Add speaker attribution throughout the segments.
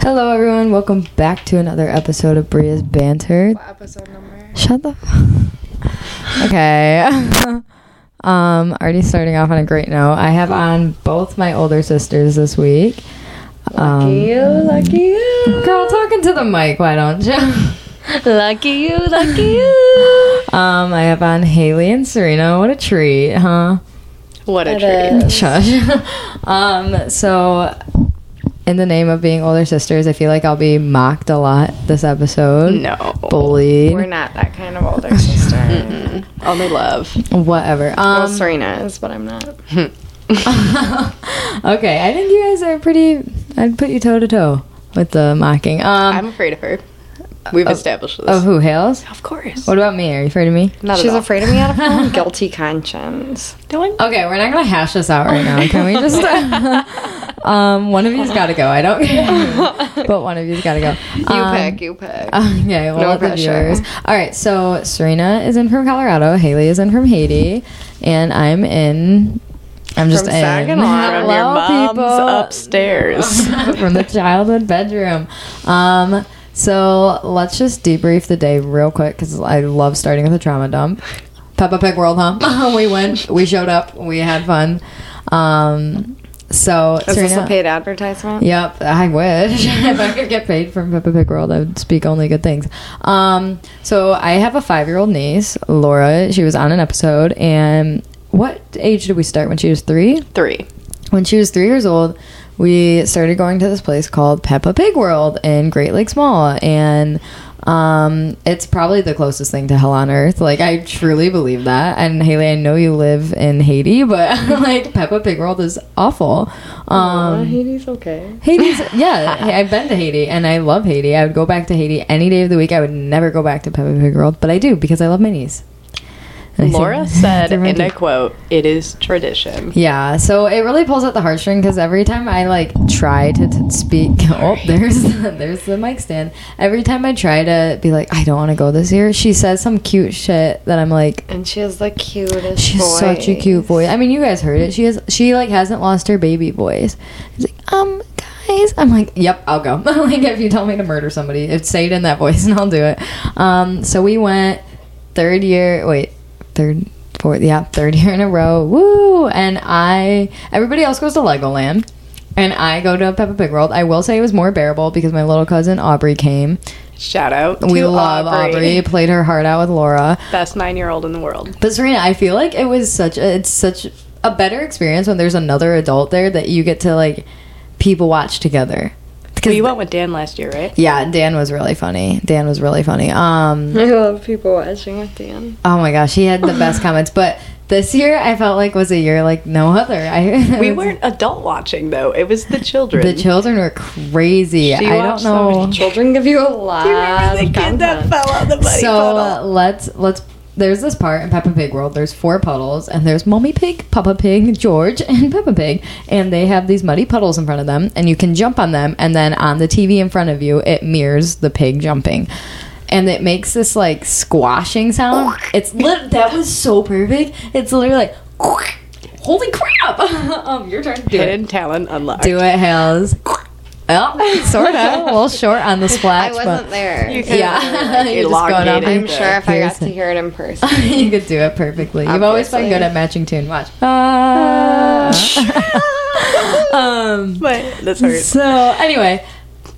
Speaker 1: Hello, everyone. Welcome back to another episode of Bria's Banter.
Speaker 2: What episode number?
Speaker 1: Shut the. F- okay. um, already starting off on a great note. I have on both my older sisters this week. Um,
Speaker 2: Lucky you, lucky you.
Speaker 1: Girl, talking to the mic, why don't you?
Speaker 2: Lucky you, lucky you.
Speaker 1: um, I have on Haley and Serena. What a treat, huh?
Speaker 3: What a
Speaker 2: It
Speaker 3: treat.
Speaker 2: is.
Speaker 1: Shush. um, so, in the name of being older sisters, I feel like I'll be mocked a lot this episode.
Speaker 3: No.
Speaker 1: Bullied.
Speaker 2: We're not that kind of older sister.
Speaker 3: Mm-mm. Only love.
Speaker 1: Whatever. Um,
Speaker 2: Well, Serena is, but I'm not.
Speaker 1: okay, I think you guys are pretty. I'd put you toe to toe with the mocking. Um,
Speaker 3: I'm afraid of her. We've established this.
Speaker 1: of who hails?
Speaker 3: Of course.
Speaker 1: What about me? Are you afraid of me?
Speaker 3: Not
Speaker 2: She's
Speaker 3: at all.
Speaker 2: afraid of me out of her own guilty conscience.
Speaker 3: No one.
Speaker 1: Okay, we're not gonna hash this out right now. Can we just? um, one of you's got to go. I don't care, but one of you's got to go. Um,
Speaker 3: You pick. You pick.
Speaker 1: Okay, well,
Speaker 3: No
Speaker 1: let the
Speaker 3: pressure.
Speaker 1: viewers. All right, so Serena is in from Colorado, Haley is in from Haiti, and I'm in. I'm just
Speaker 3: From
Speaker 1: in.
Speaker 3: Saginaw, from your mom's upstairs.
Speaker 1: from the childhood bedroom. Um, so let's just debrief the day real quick because I love starting with a trauma dump. Peppa Pig World, huh? we went, we showed up, we had fun. Um, so
Speaker 2: Is this a
Speaker 1: Serena-
Speaker 2: paid advertisement?
Speaker 1: Yep, I wish. if I could get paid from Peppa Pig World, I would speak only good things. Um, so I have a five year old niece, Laura. She was on an episode, and what age did we start when she was three?
Speaker 3: Three.
Speaker 1: When she was three years old, we started going to this place called Peppa Pig World in Great Lakes Mall, and um, it's probably the closest thing to hell on earth. Like I truly believe that. And Haley, I know you live in Haiti, but like Peppa Pig World is awful. Um,
Speaker 2: Uh, Haiti's okay.
Speaker 1: Haiti's yeah. hey, I've been to Haiti and I love Haiti. I would go back to Haiti any day of the week. I would never go back to Peppa Pig World, but I do because I love my niece. And I think-
Speaker 3: Laura said,
Speaker 1: they're my
Speaker 3: and I
Speaker 1: people.
Speaker 3: quote, "It is tradition."
Speaker 1: Yeah, so it really pulls at the heartstring because every time I like try to, to speak, oh, there's the, there's the mic stand. Every time I try to be like, I don't want to go this year, she says some cute shit that I'm like,
Speaker 2: And she has the cutest
Speaker 1: She's such a cute voice. I mean, you guys heard it. She has she like hasn't lost her baby voice. She's like, um, guys. I'm like, yep, I'll go. like if you tell me to murder somebody, it's say it in that voice and I'll do it. Um, so we went third year. Wait, third, fourth, yeah, third year in a row. Woo! And I everybody else goes to Legoland. And I go to Peppa Pig World. I will say it was more bearable because my little cousin Aubrey came.
Speaker 3: Shout out.
Speaker 1: We
Speaker 3: to
Speaker 1: love Aubrey. Played her heart out with Laura.
Speaker 3: Best nine-year-old in the world.
Speaker 1: But Serena, I feel like it was such a, it's such a better experience when there's another adult there that you get to like people watch together.
Speaker 3: Well, you went with Dan last year, right?
Speaker 1: Yeah, Dan was really funny. Dan was really funny. Um
Speaker 2: I love people watching at the end.
Speaker 1: oh my gosh, he had the best comments, but this year I felt like was a year like no other. I
Speaker 3: We weren't adult watching though. It was the children.
Speaker 1: the children were crazy.
Speaker 3: She
Speaker 1: I don't
Speaker 3: watched so
Speaker 1: know.
Speaker 3: many
Speaker 2: Children give you a lot.
Speaker 3: You remember the
Speaker 2: of
Speaker 3: kid that
Speaker 2: content.
Speaker 3: fell out the muddy
Speaker 1: Um, so
Speaker 3: puddle?
Speaker 1: uh, let's let's there's this part in Peppa Pig World. There's four puddles, and there's Mommy Pig, Papa Pig, George, and Peppa Pig, and they have these muddy puddles in front of them, and you can jump on them, and then on the TV in front of you, it mirrors the pig jumping, and it makes this like squashing sound. It's lit- that was so perfect. It's literally like, holy crap! um, your turn. Do it.
Speaker 3: Hidden talent unlocked.
Speaker 1: Do it, Hales. Oh, sorta. A little short on the splash.
Speaker 2: I wasn't
Speaker 1: but-
Speaker 2: there.
Speaker 3: You can
Speaker 1: Yeah,
Speaker 3: like,
Speaker 1: You're just going off.
Speaker 3: elongate
Speaker 1: I'm
Speaker 3: it.
Speaker 2: I'm sure if I got
Speaker 1: Here's
Speaker 2: to
Speaker 1: it.
Speaker 2: hear it in person.
Speaker 1: you could do it perfectly. You've always been
Speaker 2: Obviously.
Speaker 1: good at matching tune. Watch. Ah. um,
Speaker 3: But that's hard.
Speaker 1: so anyway,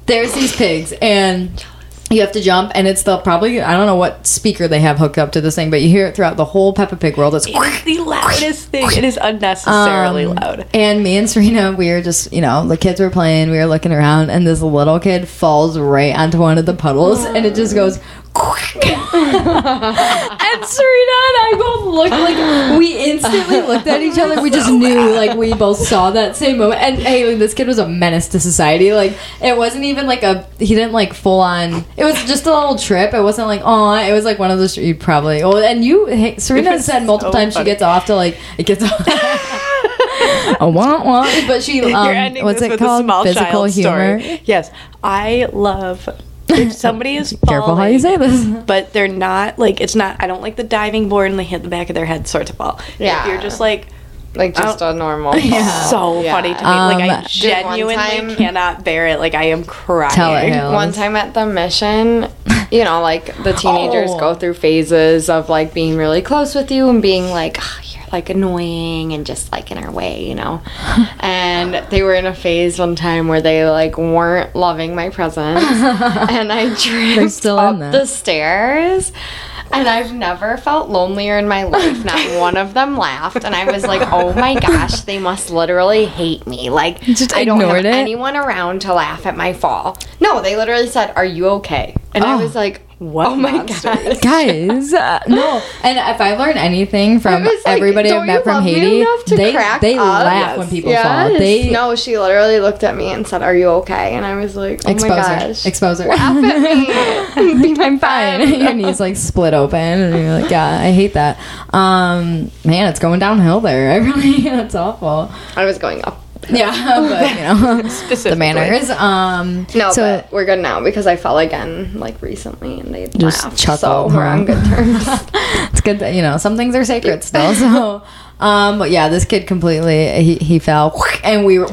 Speaker 1: there's these pigs and you have to jump and it's the probably I don't know what speaker they have hooked up to this thing, but you hear it throughout the whole Peppa Pig world. It's
Speaker 3: It's the loudest thing. It is unnecessarily
Speaker 1: Um,
Speaker 3: loud.
Speaker 1: And me and Serena, we were just, you know, the kids were playing, we were looking around, and this little kid falls right onto one of the puddles, and it just goes. and Serena and I both looked like we instantly looked at each other. We just knew, like, we both saw that same moment. And hey, like, this kid was a menace to society. Like, it wasn't even like a he didn't like full on. It was just a little trip. It wasn't like oh, it was like one of those you probably. Oh, and you, hey, Serena
Speaker 3: was
Speaker 1: said multiple
Speaker 3: so
Speaker 1: times she
Speaker 3: funny.
Speaker 1: gets off to like it gets off. a wah wah. But she,
Speaker 3: You're
Speaker 1: um,
Speaker 3: ending
Speaker 1: what's
Speaker 3: this
Speaker 1: it
Speaker 3: with
Speaker 1: called?
Speaker 3: a small
Speaker 1: Physical
Speaker 3: child
Speaker 1: humor.
Speaker 3: story. Yes, I love if somebody is falling,
Speaker 1: Careful how you say this.
Speaker 3: but they're not like it's not. I don't like the diving board and they hit the back of their head sort of fall.
Speaker 2: Yeah.
Speaker 3: if you're just like
Speaker 2: Like just a normal.
Speaker 3: so
Speaker 2: Yeah.
Speaker 3: funny to me.
Speaker 1: Um,
Speaker 3: like I
Speaker 2: Did one
Speaker 3: genuinely
Speaker 2: time-
Speaker 3: cannot bear it. Like I am crying.
Speaker 1: Tell it, Hill.
Speaker 2: One time at the mission, you know, like the teenagers
Speaker 3: Oh.
Speaker 2: go through phases of like being really close with you and being like, "Ah, you're like annoying and just like in our way, you know. and they were in a phase one time where they like weren't loving my presence, and I tripped
Speaker 1: still in
Speaker 2: up
Speaker 1: that.
Speaker 2: the stairs. And I've never felt lonelier in my life. Not one of them laughed, and I was like, "Oh my gosh, they must literally hate me." Like
Speaker 1: Just
Speaker 2: I don't have
Speaker 1: ignored it?
Speaker 2: anyone around to laugh at my fall. No, they literally said, "Are you okay?" And I was like,
Speaker 3: What
Speaker 2: "Oh my
Speaker 3: monster.
Speaker 2: god!"
Speaker 1: guys. uh, no, and if I learn anything
Speaker 2: I
Speaker 1: from
Speaker 2: was
Speaker 1: Um,
Speaker 2: like,
Speaker 1: everybody
Speaker 2: "Don't
Speaker 1: I've
Speaker 2: you
Speaker 1: met from
Speaker 2: love me
Speaker 1: Haiti,
Speaker 2: enough to
Speaker 1: they
Speaker 2: crack
Speaker 1: they
Speaker 2: up?"
Speaker 1: laugh
Speaker 2: Yes.
Speaker 1: when people
Speaker 2: Yes.
Speaker 1: fall. They
Speaker 2: no, she literally looked at me and said, "Are you okay?" And I was like, "Oh
Speaker 1: expose
Speaker 2: my
Speaker 1: her.
Speaker 2: gosh!"
Speaker 1: Expose her.
Speaker 2: Laugh at me. Be my friend.
Speaker 1: Your knees like split open, and you're like, "Yeah, I hate that." Um, man, it's going downhill there. I really, that's awful.
Speaker 2: I was going up.
Speaker 1: Yeah, but you know, the
Speaker 3: Specifically.
Speaker 1: manners. Um,
Speaker 2: No,
Speaker 1: so
Speaker 2: but we're good now because I fell again like recently and they
Speaker 1: Just
Speaker 2: laughed.
Speaker 1: chuckle,
Speaker 2: so we're
Speaker 1: huh?
Speaker 2: on good terms.
Speaker 1: it's good that you know some things are sacred still. So, um, but yeah, this kid completely he, he fell, and we were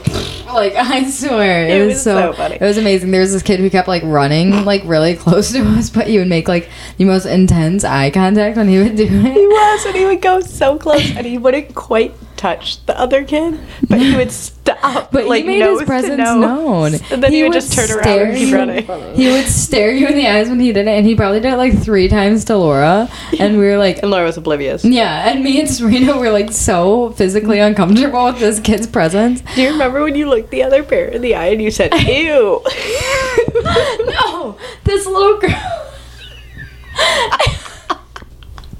Speaker 1: like, I swear, it,
Speaker 3: It
Speaker 1: was,
Speaker 3: was
Speaker 1: so,
Speaker 3: so funny.
Speaker 1: it was amazing. There was this kid who kept like running like really close to us, but he would make like the most intense eye contact when he would do
Speaker 3: He
Speaker 1: it.
Speaker 3: was, and he would go so close, and he wouldn't quite touch the other kid, but he would stop.
Speaker 1: But
Speaker 3: like,
Speaker 1: he made his
Speaker 3: nose to
Speaker 1: presence
Speaker 3: nose.
Speaker 1: known.
Speaker 3: And then he, would just turn around
Speaker 1: stare
Speaker 3: and keep
Speaker 1: you-
Speaker 3: running.
Speaker 1: He would stare you in the eyes when he did it, and he probably did it like three times to Laura, and we were like,
Speaker 3: And Laura was oblivious.
Speaker 1: Yeah, and me and Serena were like so physically uncomfortable with this kid's presence.
Speaker 3: Do you remember when you looked the other pair in the eye and you said, ew?
Speaker 1: no, this little girl.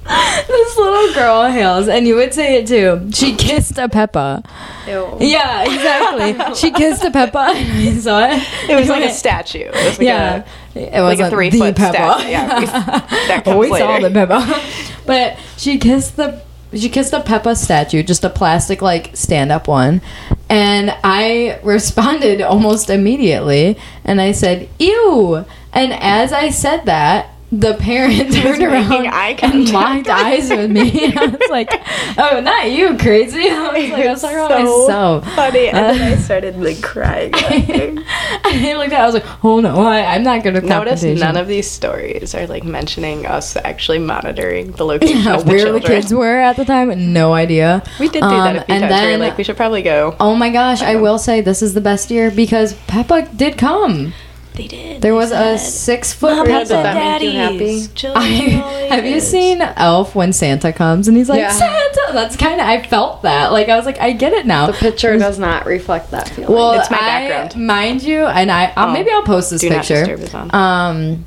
Speaker 1: this little girl hails, and you would say it too. She kissed a Peppa.
Speaker 2: Ew.
Speaker 1: Yeah, exactly. she kissed a Peppa, and I saw it.
Speaker 3: It was
Speaker 1: You
Speaker 3: like a
Speaker 1: went-
Speaker 3: statue. It was like
Speaker 1: yeah,
Speaker 3: a-
Speaker 1: it
Speaker 3: like a
Speaker 1: wasn't
Speaker 3: three-foot
Speaker 1: the Peppa.
Speaker 3: statue. Yeah, we- that comes
Speaker 1: we saw
Speaker 3: later.
Speaker 1: the Peppa, but she kissed the she kissed a Peppa statue, just a plastic like stand up one, and I responded almost immediately, and I said "ew," and as I said that. The parent turned around
Speaker 3: making
Speaker 1: and
Speaker 3: eye contact
Speaker 1: locked
Speaker 3: with
Speaker 1: eyes with me. I was like, "Oh, not you, crazy!" I was like, oh, "I was talking about myself."
Speaker 3: funny. And
Speaker 1: Uh,
Speaker 3: then I started like crying. laughing.
Speaker 1: I looked at. it, I was like, "Oh no, I, I'm not good at
Speaker 3: Notice
Speaker 1: confrontation."
Speaker 3: none of these stories are like mentioning us actually monitoring the location
Speaker 1: Yeah,
Speaker 3: of the
Speaker 1: where
Speaker 3: children.
Speaker 1: the kids were at the time, no idea.
Speaker 3: We did do
Speaker 1: Um,
Speaker 3: that a few
Speaker 1: and
Speaker 3: times. we
Speaker 1: then-
Speaker 3: were like, we should probably go.
Speaker 1: Oh my gosh, I will say this is the best year because Peppa did come.
Speaker 3: They did.
Speaker 1: There was a six foot
Speaker 2: Peppa, that
Speaker 1: Peppa.
Speaker 2: make you happy?
Speaker 1: I, have you seen Elf when Santa comes and he's like,
Speaker 2: Yeah.
Speaker 1: Santa? That's kind of, I felt that. Like, I was like, I get it now.
Speaker 2: The picture does not reflect that feeling.
Speaker 1: well,
Speaker 3: It's my
Speaker 1: I-
Speaker 3: background.
Speaker 1: mind you, and I, I'll,
Speaker 3: Oh,
Speaker 1: maybe I'll post this
Speaker 3: Do not
Speaker 1: picture.
Speaker 3: disturb is on.
Speaker 1: Um,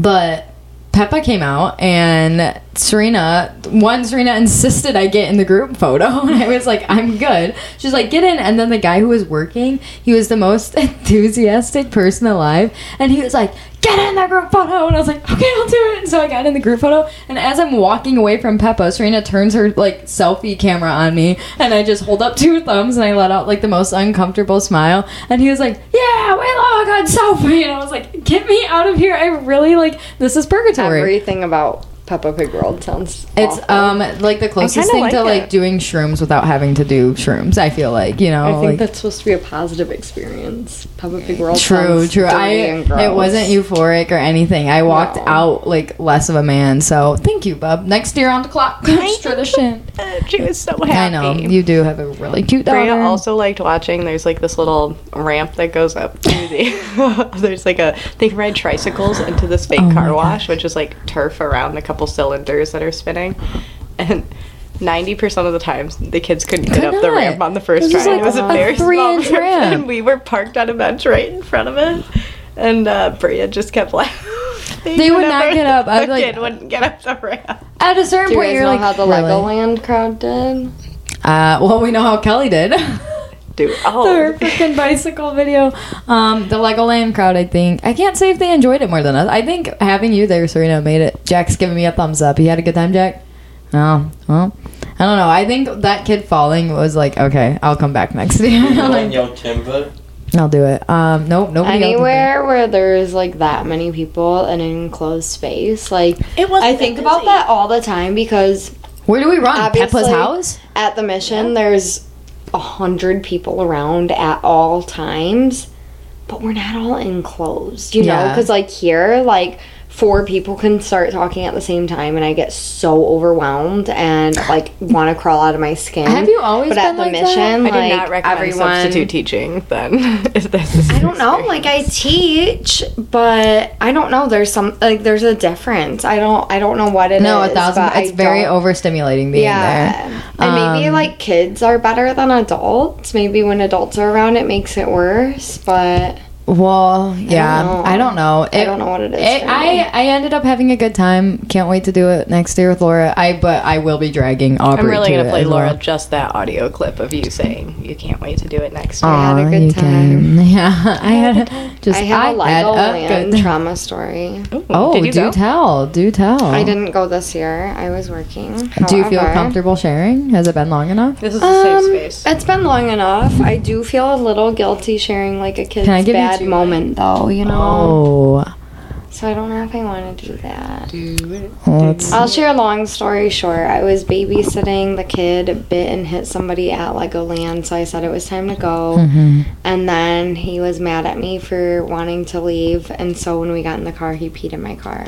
Speaker 1: but Peppa came out, and Serena, one Serena insisted I get in the group photo, and I was like, I'm good. She's like, get in. And then the guy who was working, he was the most enthusiastic person alive, and he was like, get in the group photo. And I was like, okay, I'll do it. And so I got in the group photo, and as I'm walking away from Peppa, Serena turns her like selfie camera on me, and I just hold up two thumbs and I let out like the most uncomfortable smile, and he was like, yeah, we love a good selfie. And I was like, get me out of here. I really like this is purgatory.
Speaker 2: Everything about Peppa Pig World sounds.
Speaker 1: It's
Speaker 2: awful.
Speaker 1: um like the closest
Speaker 3: kinda
Speaker 1: thing
Speaker 3: like
Speaker 1: to like
Speaker 3: it.
Speaker 1: doing shrooms without having to do shrooms. I feel like you know.
Speaker 2: I think
Speaker 1: like,
Speaker 2: that's supposed to be a positive experience. Peppa Pig World.
Speaker 1: True,
Speaker 2: sounds
Speaker 1: true.
Speaker 2: dirty
Speaker 1: I
Speaker 2: and gross.
Speaker 1: it wasn't euphoric or anything. I walked
Speaker 2: No.
Speaker 1: out like less of a man. So thank you, bub. Next year on the clock. It's tradition.
Speaker 3: Uh, she was so happy.
Speaker 1: I know you do have a really cute daughter.
Speaker 3: Freya also liked watching. There's like this little ramp that goes up to the. there's like a they can ride tricycles into this fake
Speaker 1: Oh, my
Speaker 3: car wash, which is like turf around a couple cylinders that are spinning, and. Ninety percent of the times, the kids couldn't get
Speaker 1: Could
Speaker 3: up the
Speaker 1: not.
Speaker 3: ramp on the
Speaker 1: This
Speaker 3: first try.
Speaker 1: is
Speaker 3: it
Speaker 1: like
Speaker 3: was
Speaker 1: a
Speaker 3: a very small
Speaker 1: three-inch
Speaker 3: ramp,
Speaker 1: ramp.
Speaker 3: and we were parked on a bench right in front of it. And uh, Bria just kept laughing.
Speaker 1: They would not
Speaker 3: whenever
Speaker 1: get up. I'd,
Speaker 3: the
Speaker 1: like-
Speaker 3: kid wouldn't get up the ramp.
Speaker 1: At a certain
Speaker 2: Do you
Speaker 1: point,
Speaker 2: guys
Speaker 1: you're
Speaker 2: know
Speaker 1: like,
Speaker 2: how the
Speaker 1: really?
Speaker 2: Legoland crowd did?
Speaker 1: Uh, well, we know how Kelly did.
Speaker 3: Dude,
Speaker 1: Her
Speaker 3: oh,
Speaker 1: freaking bicycle video. Um, the Legoland crowd, I think. I can't say if they enjoyed it more than us. I think having you there, Serena, made it. Jack's giving me a thumbs up. You had a good time, Jack? No. Well, I don't know. I think that kid falling was like, okay, I'll come back next year.
Speaker 4: on
Speaker 1: Like,
Speaker 4: your timber.
Speaker 1: I'll do it. Um, nope, nobody else did that.
Speaker 2: Anywhere where there's like that many people in an enclosed space, like
Speaker 3: It wasn't
Speaker 2: I
Speaker 3: that
Speaker 2: think
Speaker 3: busy.
Speaker 2: about that all the time because
Speaker 1: Where do we run?
Speaker 2: Obviously,
Speaker 1: Peppa's house?
Speaker 2: At the mission, there's a hundred people around at all times, but we're not all enclosed, you know?
Speaker 1: Yeah.
Speaker 2: Because, like, here, like, four people can start talking at the same time, and I get so overwhelmed and, like, want to crawl out of my skin.
Speaker 1: Have you always
Speaker 2: But at
Speaker 1: been
Speaker 2: the
Speaker 1: like that?
Speaker 2: mission,
Speaker 3: I do
Speaker 2: like,
Speaker 3: not recommend
Speaker 2: everyone,
Speaker 3: substitute teaching. Then if this is
Speaker 2: I don't know. Like I teach, but I don't know. There's some like there's a difference. I don't. I don't know what it is.
Speaker 1: No, a thousand.
Speaker 2: but I
Speaker 1: It's very
Speaker 2: don't-
Speaker 1: overstimulating being there.
Speaker 2: Yeah, and maybe
Speaker 1: Um,
Speaker 2: like kids are better than adults. Maybe when adults are around, it makes it worse. But
Speaker 1: Well, yeah,
Speaker 2: know.
Speaker 1: I don't know. It,
Speaker 2: don't know what it is for
Speaker 1: Eh,
Speaker 2: me.
Speaker 1: I I ended up having a good time. Can't wait to do it next year with Laura. I but I will be dragging Aubrey.
Speaker 3: I'm really
Speaker 1: to
Speaker 3: gonna
Speaker 1: it
Speaker 3: play
Speaker 1: as
Speaker 3: Laura
Speaker 1: well.
Speaker 3: just that audio clip of you saying you can't wait to do it next year.
Speaker 1: Aw,
Speaker 2: had a good
Speaker 1: you can- Yeah, I had a- just
Speaker 2: I have a
Speaker 1: had
Speaker 2: Legoland
Speaker 1: good-
Speaker 2: trauma story.
Speaker 3: Ooh,
Speaker 1: Oh,
Speaker 3: did you
Speaker 1: do
Speaker 3: go?
Speaker 1: tell, do tell.
Speaker 2: I didn't go this year. I was working.
Speaker 1: Oh. Do you feel
Speaker 2: However-
Speaker 1: comfortable sharing? Has it been long enough?
Speaker 3: This is a
Speaker 2: Um,
Speaker 3: safe space.
Speaker 2: It's been long enough. I do feel a little guilty sharing like a kid's
Speaker 1: Can I give you
Speaker 2: bad
Speaker 1: two?
Speaker 2: moment though, you know.
Speaker 1: Oh,
Speaker 2: So I don't know if I want to do that.
Speaker 1: well, it's-
Speaker 2: I'll share a long story short. I was babysitting the kid, bit and hit somebody at Legoland, so I said it was time to go. And then he was mad at me for wanting to leave, and so when we got in the car, he peed in my car.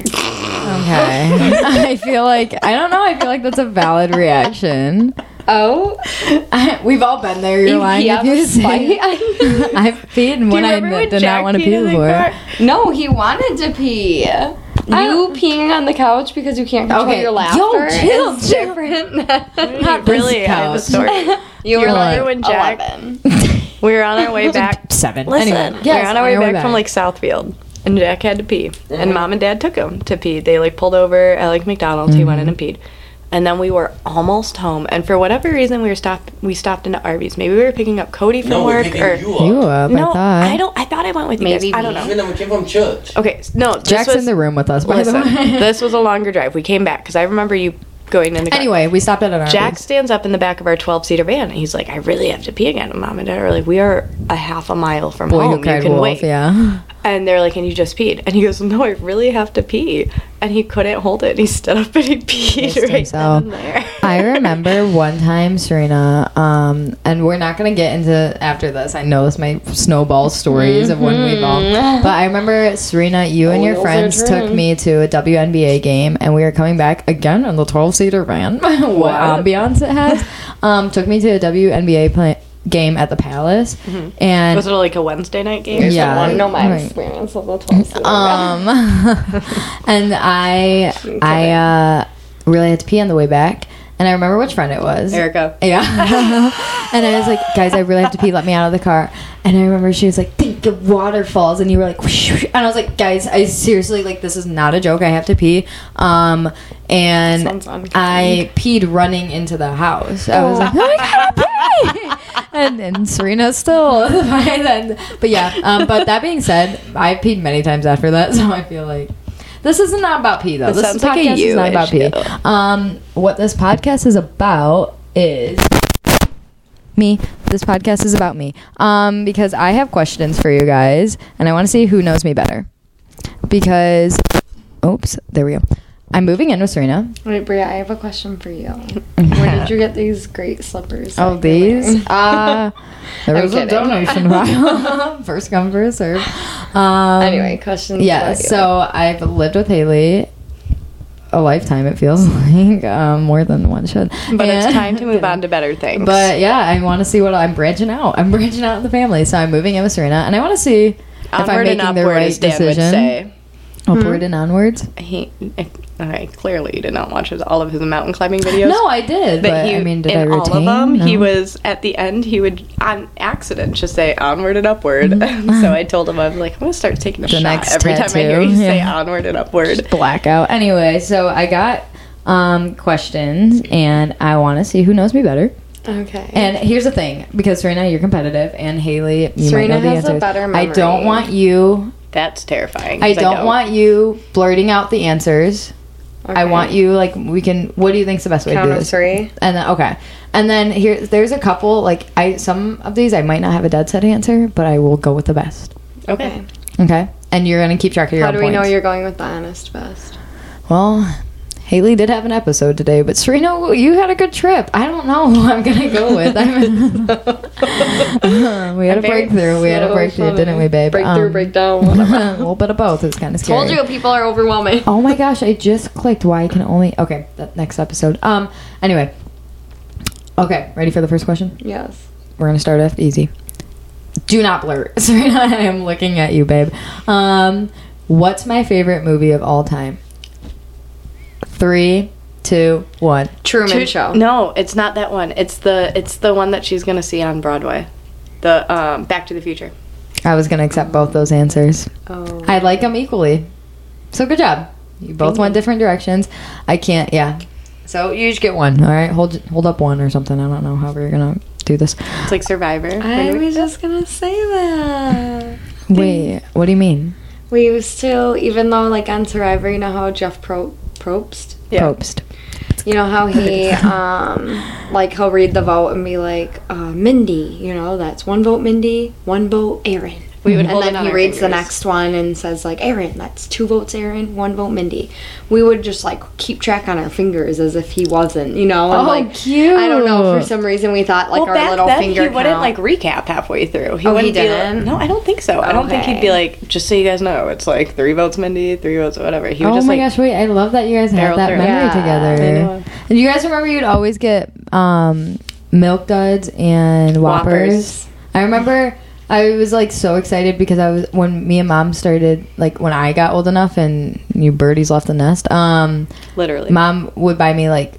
Speaker 1: okay. I feel like I don't know. I feel like that's a valid reaction.
Speaker 2: Oh,
Speaker 1: I, we've all been there. You're
Speaker 2: You
Speaker 1: lying
Speaker 2: pee
Speaker 1: if
Speaker 2: out
Speaker 1: you
Speaker 2: of
Speaker 1: say
Speaker 2: spite?
Speaker 1: I've peed when I n- did not want to pee before.
Speaker 2: no, he wanted to pee. You peeing on the couch because you can't control
Speaker 1: Okay.
Speaker 2: your
Speaker 1: Yo,
Speaker 2: laughter.
Speaker 1: chill,
Speaker 2: is
Speaker 1: chill.
Speaker 2: different than-
Speaker 3: Not
Speaker 1: this
Speaker 3: really. I have a
Speaker 1: couch.
Speaker 3: story.
Speaker 2: You were
Speaker 1: like,
Speaker 2: like
Speaker 3: when Jack-
Speaker 2: 11.
Speaker 3: We were on our way back.
Speaker 1: Seven.
Speaker 3: Listen,
Speaker 1: Anyway,
Speaker 3: we
Speaker 1: yes,
Speaker 3: were on our way
Speaker 1: your Mm-hmm.
Speaker 3: back, from like Southfield, and Jack had to pee, and Mom and Dad took him to pee. They like pulled over at like McDonald's. He went in and
Speaker 1: Mm-hmm.
Speaker 3: peed, and then we were almost home. And for whatever reason, we were stopped. We stopped into Arby's. Maybe we were picking up Cody from
Speaker 4: No, we're
Speaker 3: work,
Speaker 4: picking
Speaker 3: or
Speaker 4: you
Speaker 1: you up.
Speaker 4: up.
Speaker 3: no,
Speaker 1: I thought.
Speaker 3: I don't. I thought I went with you guys.
Speaker 2: Maybe
Speaker 3: I don't
Speaker 2: we-
Speaker 3: know.
Speaker 4: Even though we came from church.
Speaker 3: Okay, s- no. This
Speaker 1: Jack's
Speaker 3: was,
Speaker 1: in the room with us. By
Speaker 3: Listen,
Speaker 1: the way.
Speaker 3: this was a longer drive. We came back because I remember you going in. The car.
Speaker 1: Anyway, we stopped at an Arby's.
Speaker 3: Jack stands up in the back of our 12 seater van and he's like, I really have to pee again. And mom and dad are like, We are a half a mile from
Speaker 1: Boy
Speaker 3: home.
Speaker 1: who cried
Speaker 3: oh, you can
Speaker 1: wolf.
Speaker 3: wait.
Speaker 1: Yeah.
Speaker 3: And they're like, And you just peed. And he goes, No, I really have to pee. And he couldn't hold it. He stood up and he peed right
Speaker 1: himself.
Speaker 3: then and there.
Speaker 1: I remember one time, Serena, um, and we're not gonna get into after this. I know this might snowball stories of when we've all,
Speaker 3: Mm-hmm.
Speaker 1: but I remember Serena, you
Speaker 3: Oh,
Speaker 1: and your
Speaker 2: wheels are
Speaker 1: friends took
Speaker 2: turning.
Speaker 1: me to a WNBA game, and we were coming back again in the twelve seater van. what ambiance it has! Um, took me to a WNBA play- game at the Palace, and
Speaker 3: was Mm-hmm. it like a Wednesday night game?
Speaker 1: Yeah.
Speaker 2: I want to know my
Speaker 1: Right.
Speaker 2: experience of the 12th
Speaker 1: um and i i uh really had to pee on the way back and i remember which friend it was
Speaker 3: Erica.
Speaker 1: yeah and i was like guys i really have to pee let me out of the car and i remember she was like think of waterfalls and you were like whoosh, whoosh. and i was like guys i seriously like this is not a joke i have to pee um and
Speaker 2: Sounds unkind.
Speaker 1: i peed running into the house i was like oh my god i'm peeing and, and Serena still by then. But yeah, um, but that being said, I peed many times after that, so I feel like this is not about pee though.
Speaker 3: That
Speaker 1: This
Speaker 3: sounds like a
Speaker 1: podcast is not about
Speaker 3: you
Speaker 1: pee.
Speaker 3: issue.
Speaker 1: Um, what this podcast is about is me. This podcast is about me. Um, because I have questions for you guys, and I want to see who knows me better. Because, oops, there we go. I'm moving in with Serena.
Speaker 2: Wait, Bria, I have a question for you. Where did you get these great slippers?
Speaker 1: Oh,
Speaker 2: that you're
Speaker 1: these?
Speaker 2: wearing?
Speaker 1: Uh, there
Speaker 2: I'm
Speaker 1: was a
Speaker 2: kidding.
Speaker 1: donation pile. first come, first serve. Um,
Speaker 2: Anyway, questions.
Speaker 1: Yeah,
Speaker 2: about you.
Speaker 1: so I've lived with Haley a lifetime, it feels like, um, more than one should.
Speaker 3: But it's
Speaker 1: And-
Speaker 3: time to move on to better things.
Speaker 1: But yeah, I want to see what I'm branching out. I'm branching out in the family, so I'm moving in with Serena, and I want to see if I'm
Speaker 3: Onward and
Speaker 1: making the
Speaker 3: upward,
Speaker 1: right
Speaker 3: as Dan would
Speaker 1: decision.
Speaker 3: say. Hmm?
Speaker 1: Upward and onwards.
Speaker 3: He, okay, clearly you did not watch his, all of his mountain climbing videos.
Speaker 1: No, I did, but,
Speaker 3: he,
Speaker 1: I mean, did
Speaker 3: in
Speaker 1: I retain?
Speaker 3: all of them, he
Speaker 1: No.
Speaker 3: was at the end. He would on accident just say onward and upward. so I told him I'm like I'm gonna start taking a
Speaker 1: Mm. The
Speaker 3: shot
Speaker 1: next
Speaker 3: every time I hear you
Speaker 1: tattoo,
Speaker 3: say
Speaker 1: yeah.
Speaker 3: onward and upward.
Speaker 1: blackout. Anyway, so I got um questions and I want to see who knows me better.
Speaker 2: Okay.
Speaker 1: And here's the thing because Serena, you're competitive, and Haley, you
Speaker 2: Serena
Speaker 1: might know the
Speaker 2: has a
Speaker 1: answers.
Speaker 2: better
Speaker 1: I don't
Speaker 2: memory.
Speaker 1: want you.
Speaker 3: That's terrifying.
Speaker 1: I
Speaker 3: 'cause
Speaker 1: don't want you blurting out the answers. I
Speaker 2: Okay.
Speaker 1: want you like we can. What do you think's the best way
Speaker 2: Count
Speaker 1: to do
Speaker 2: of
Speaker 1: this?
Speaker 2: three.
Speaker 1: And then okay, and then here there's a couple like I some of these I might not have a dead set answer, but I will go with the best.
Speaker 3: Okay.
Speaker 1: Okay, and you're gonna keep track of your
Speaker 2: How
Speaker 1: own
Speaker 2: do we know
Speaker 1: points.
Speaker 2: you're going with the honest best?
Speaker 1: Well, Haley did have an episode today, but Serena, you had a good trip. I don't know who I'm gonna go with. I'm we had a breakthrough. We had a
Speaker 2: So
Speaker 1: breakthrough,
Speaker 2: funny.
Speaker 1: didn't we, babe?
Speaker 2: Breakthrough,
Speaker 1: Um,
Speaker 2: breakdown, whatever.
Speaker 1: a little bit of both. It's kind of scary.
Speaker 2: Told you people are overwhelming.
Speaker 1: Oh my gosh, I just clicked why I can only Okay, that next episode. Um anyway. Okay, ready for the first question?
Speaker 2: Yes.
Speaker 1: We're gonna start off easy. Do not blurt. Serena, I am looking at you, babe. Um what's my favorite movie of all time? Three, two, one.
Speaker 2: Truman
Speaker 3: Two-
Speaker 2: Show.
Speaker 3: No, it's not that one. It's the it's the one that she's gonna see on Broadway. The um, Back to the Future.
Speaker 1: I was gonna accept both those answers.
Speaker 2: Oh.
Speaker 1: I like them equally. So good job. You both went different directions. I can't. Yeah. So you each get one. All right. Hold hold up one or something. I don't know. However you're gonna do this.
Speaker 3: It's like Survivor.
Speaker 2: I was just gonna say that.
Speaker 1: Wait. What do you mean?
Speaker 2: We still, even though like on Survivor, you know how Jeff Pro- Probst,
Speaker 3: yeah.
Speaker 1: Probst.
Speaker 2: you know how he, um, like he'll read the vote and be like, uh, Mindy, you know, that's one vote Mindy, one vote Aaron.
Speaker 3: We would
Speaker 2: and
Speaker 3: hold it
Speaker 2: then
Speaker 3: on
Speaker 2: he
Speaker 3: our
Speaker 2: reads the
Speaker 3: fingers.
Speaker 2: next one and says like Aaron, that's two votes Aaron, one vote Mindy. We would just like keep track on our fingers as if he wasn't, you know. And,
Speaker 1: Oh,
Speaker 2: like,
Speaker 1: cute.
Speaker 2: I don't know. For some reason, we thought like
Speaker 3: well,
Speaker 2: our
Speaker 3: back
Speaker 2: little
Speaker 3: then
Speaker 2: finger
Speaker 3: he wouldn't
Speaker 2: count.
Speaker 3: like recap halfway through.
Speaker 2: Oh, he
Speaker 3: wouldn't be
Speaker 2: didn't?
Speaker 3: Like, no, I don't think so. I don't think he'd be
Speaker 2: Okay.
Speaker 3: like. Just so you guys know, it's like three votes Mindy, three votes whatever. He would
Speaker 1: Oh
Speaker 3: just
Speaker 1: my
Speaker 3: like.
Speaker 1: gosh! Wait, I love that you guys have
Speaker 3: barrel
Speaker 1: that
Speaker 3: through.
Speaker 1: memory
Speaker 2: Yeah,
Speaker 3: I know.
Speaker 1: together. And you guys remember you'd always get um, milk duds and whoppers.
Speaker 3: Whoppers.
Speaker 1: I remember I was like so excited because I was when me and mom started like when I got old enough and you birdies left the nest. Um,
Speaker 3: Literally.
Speaker 1: mom would buy me like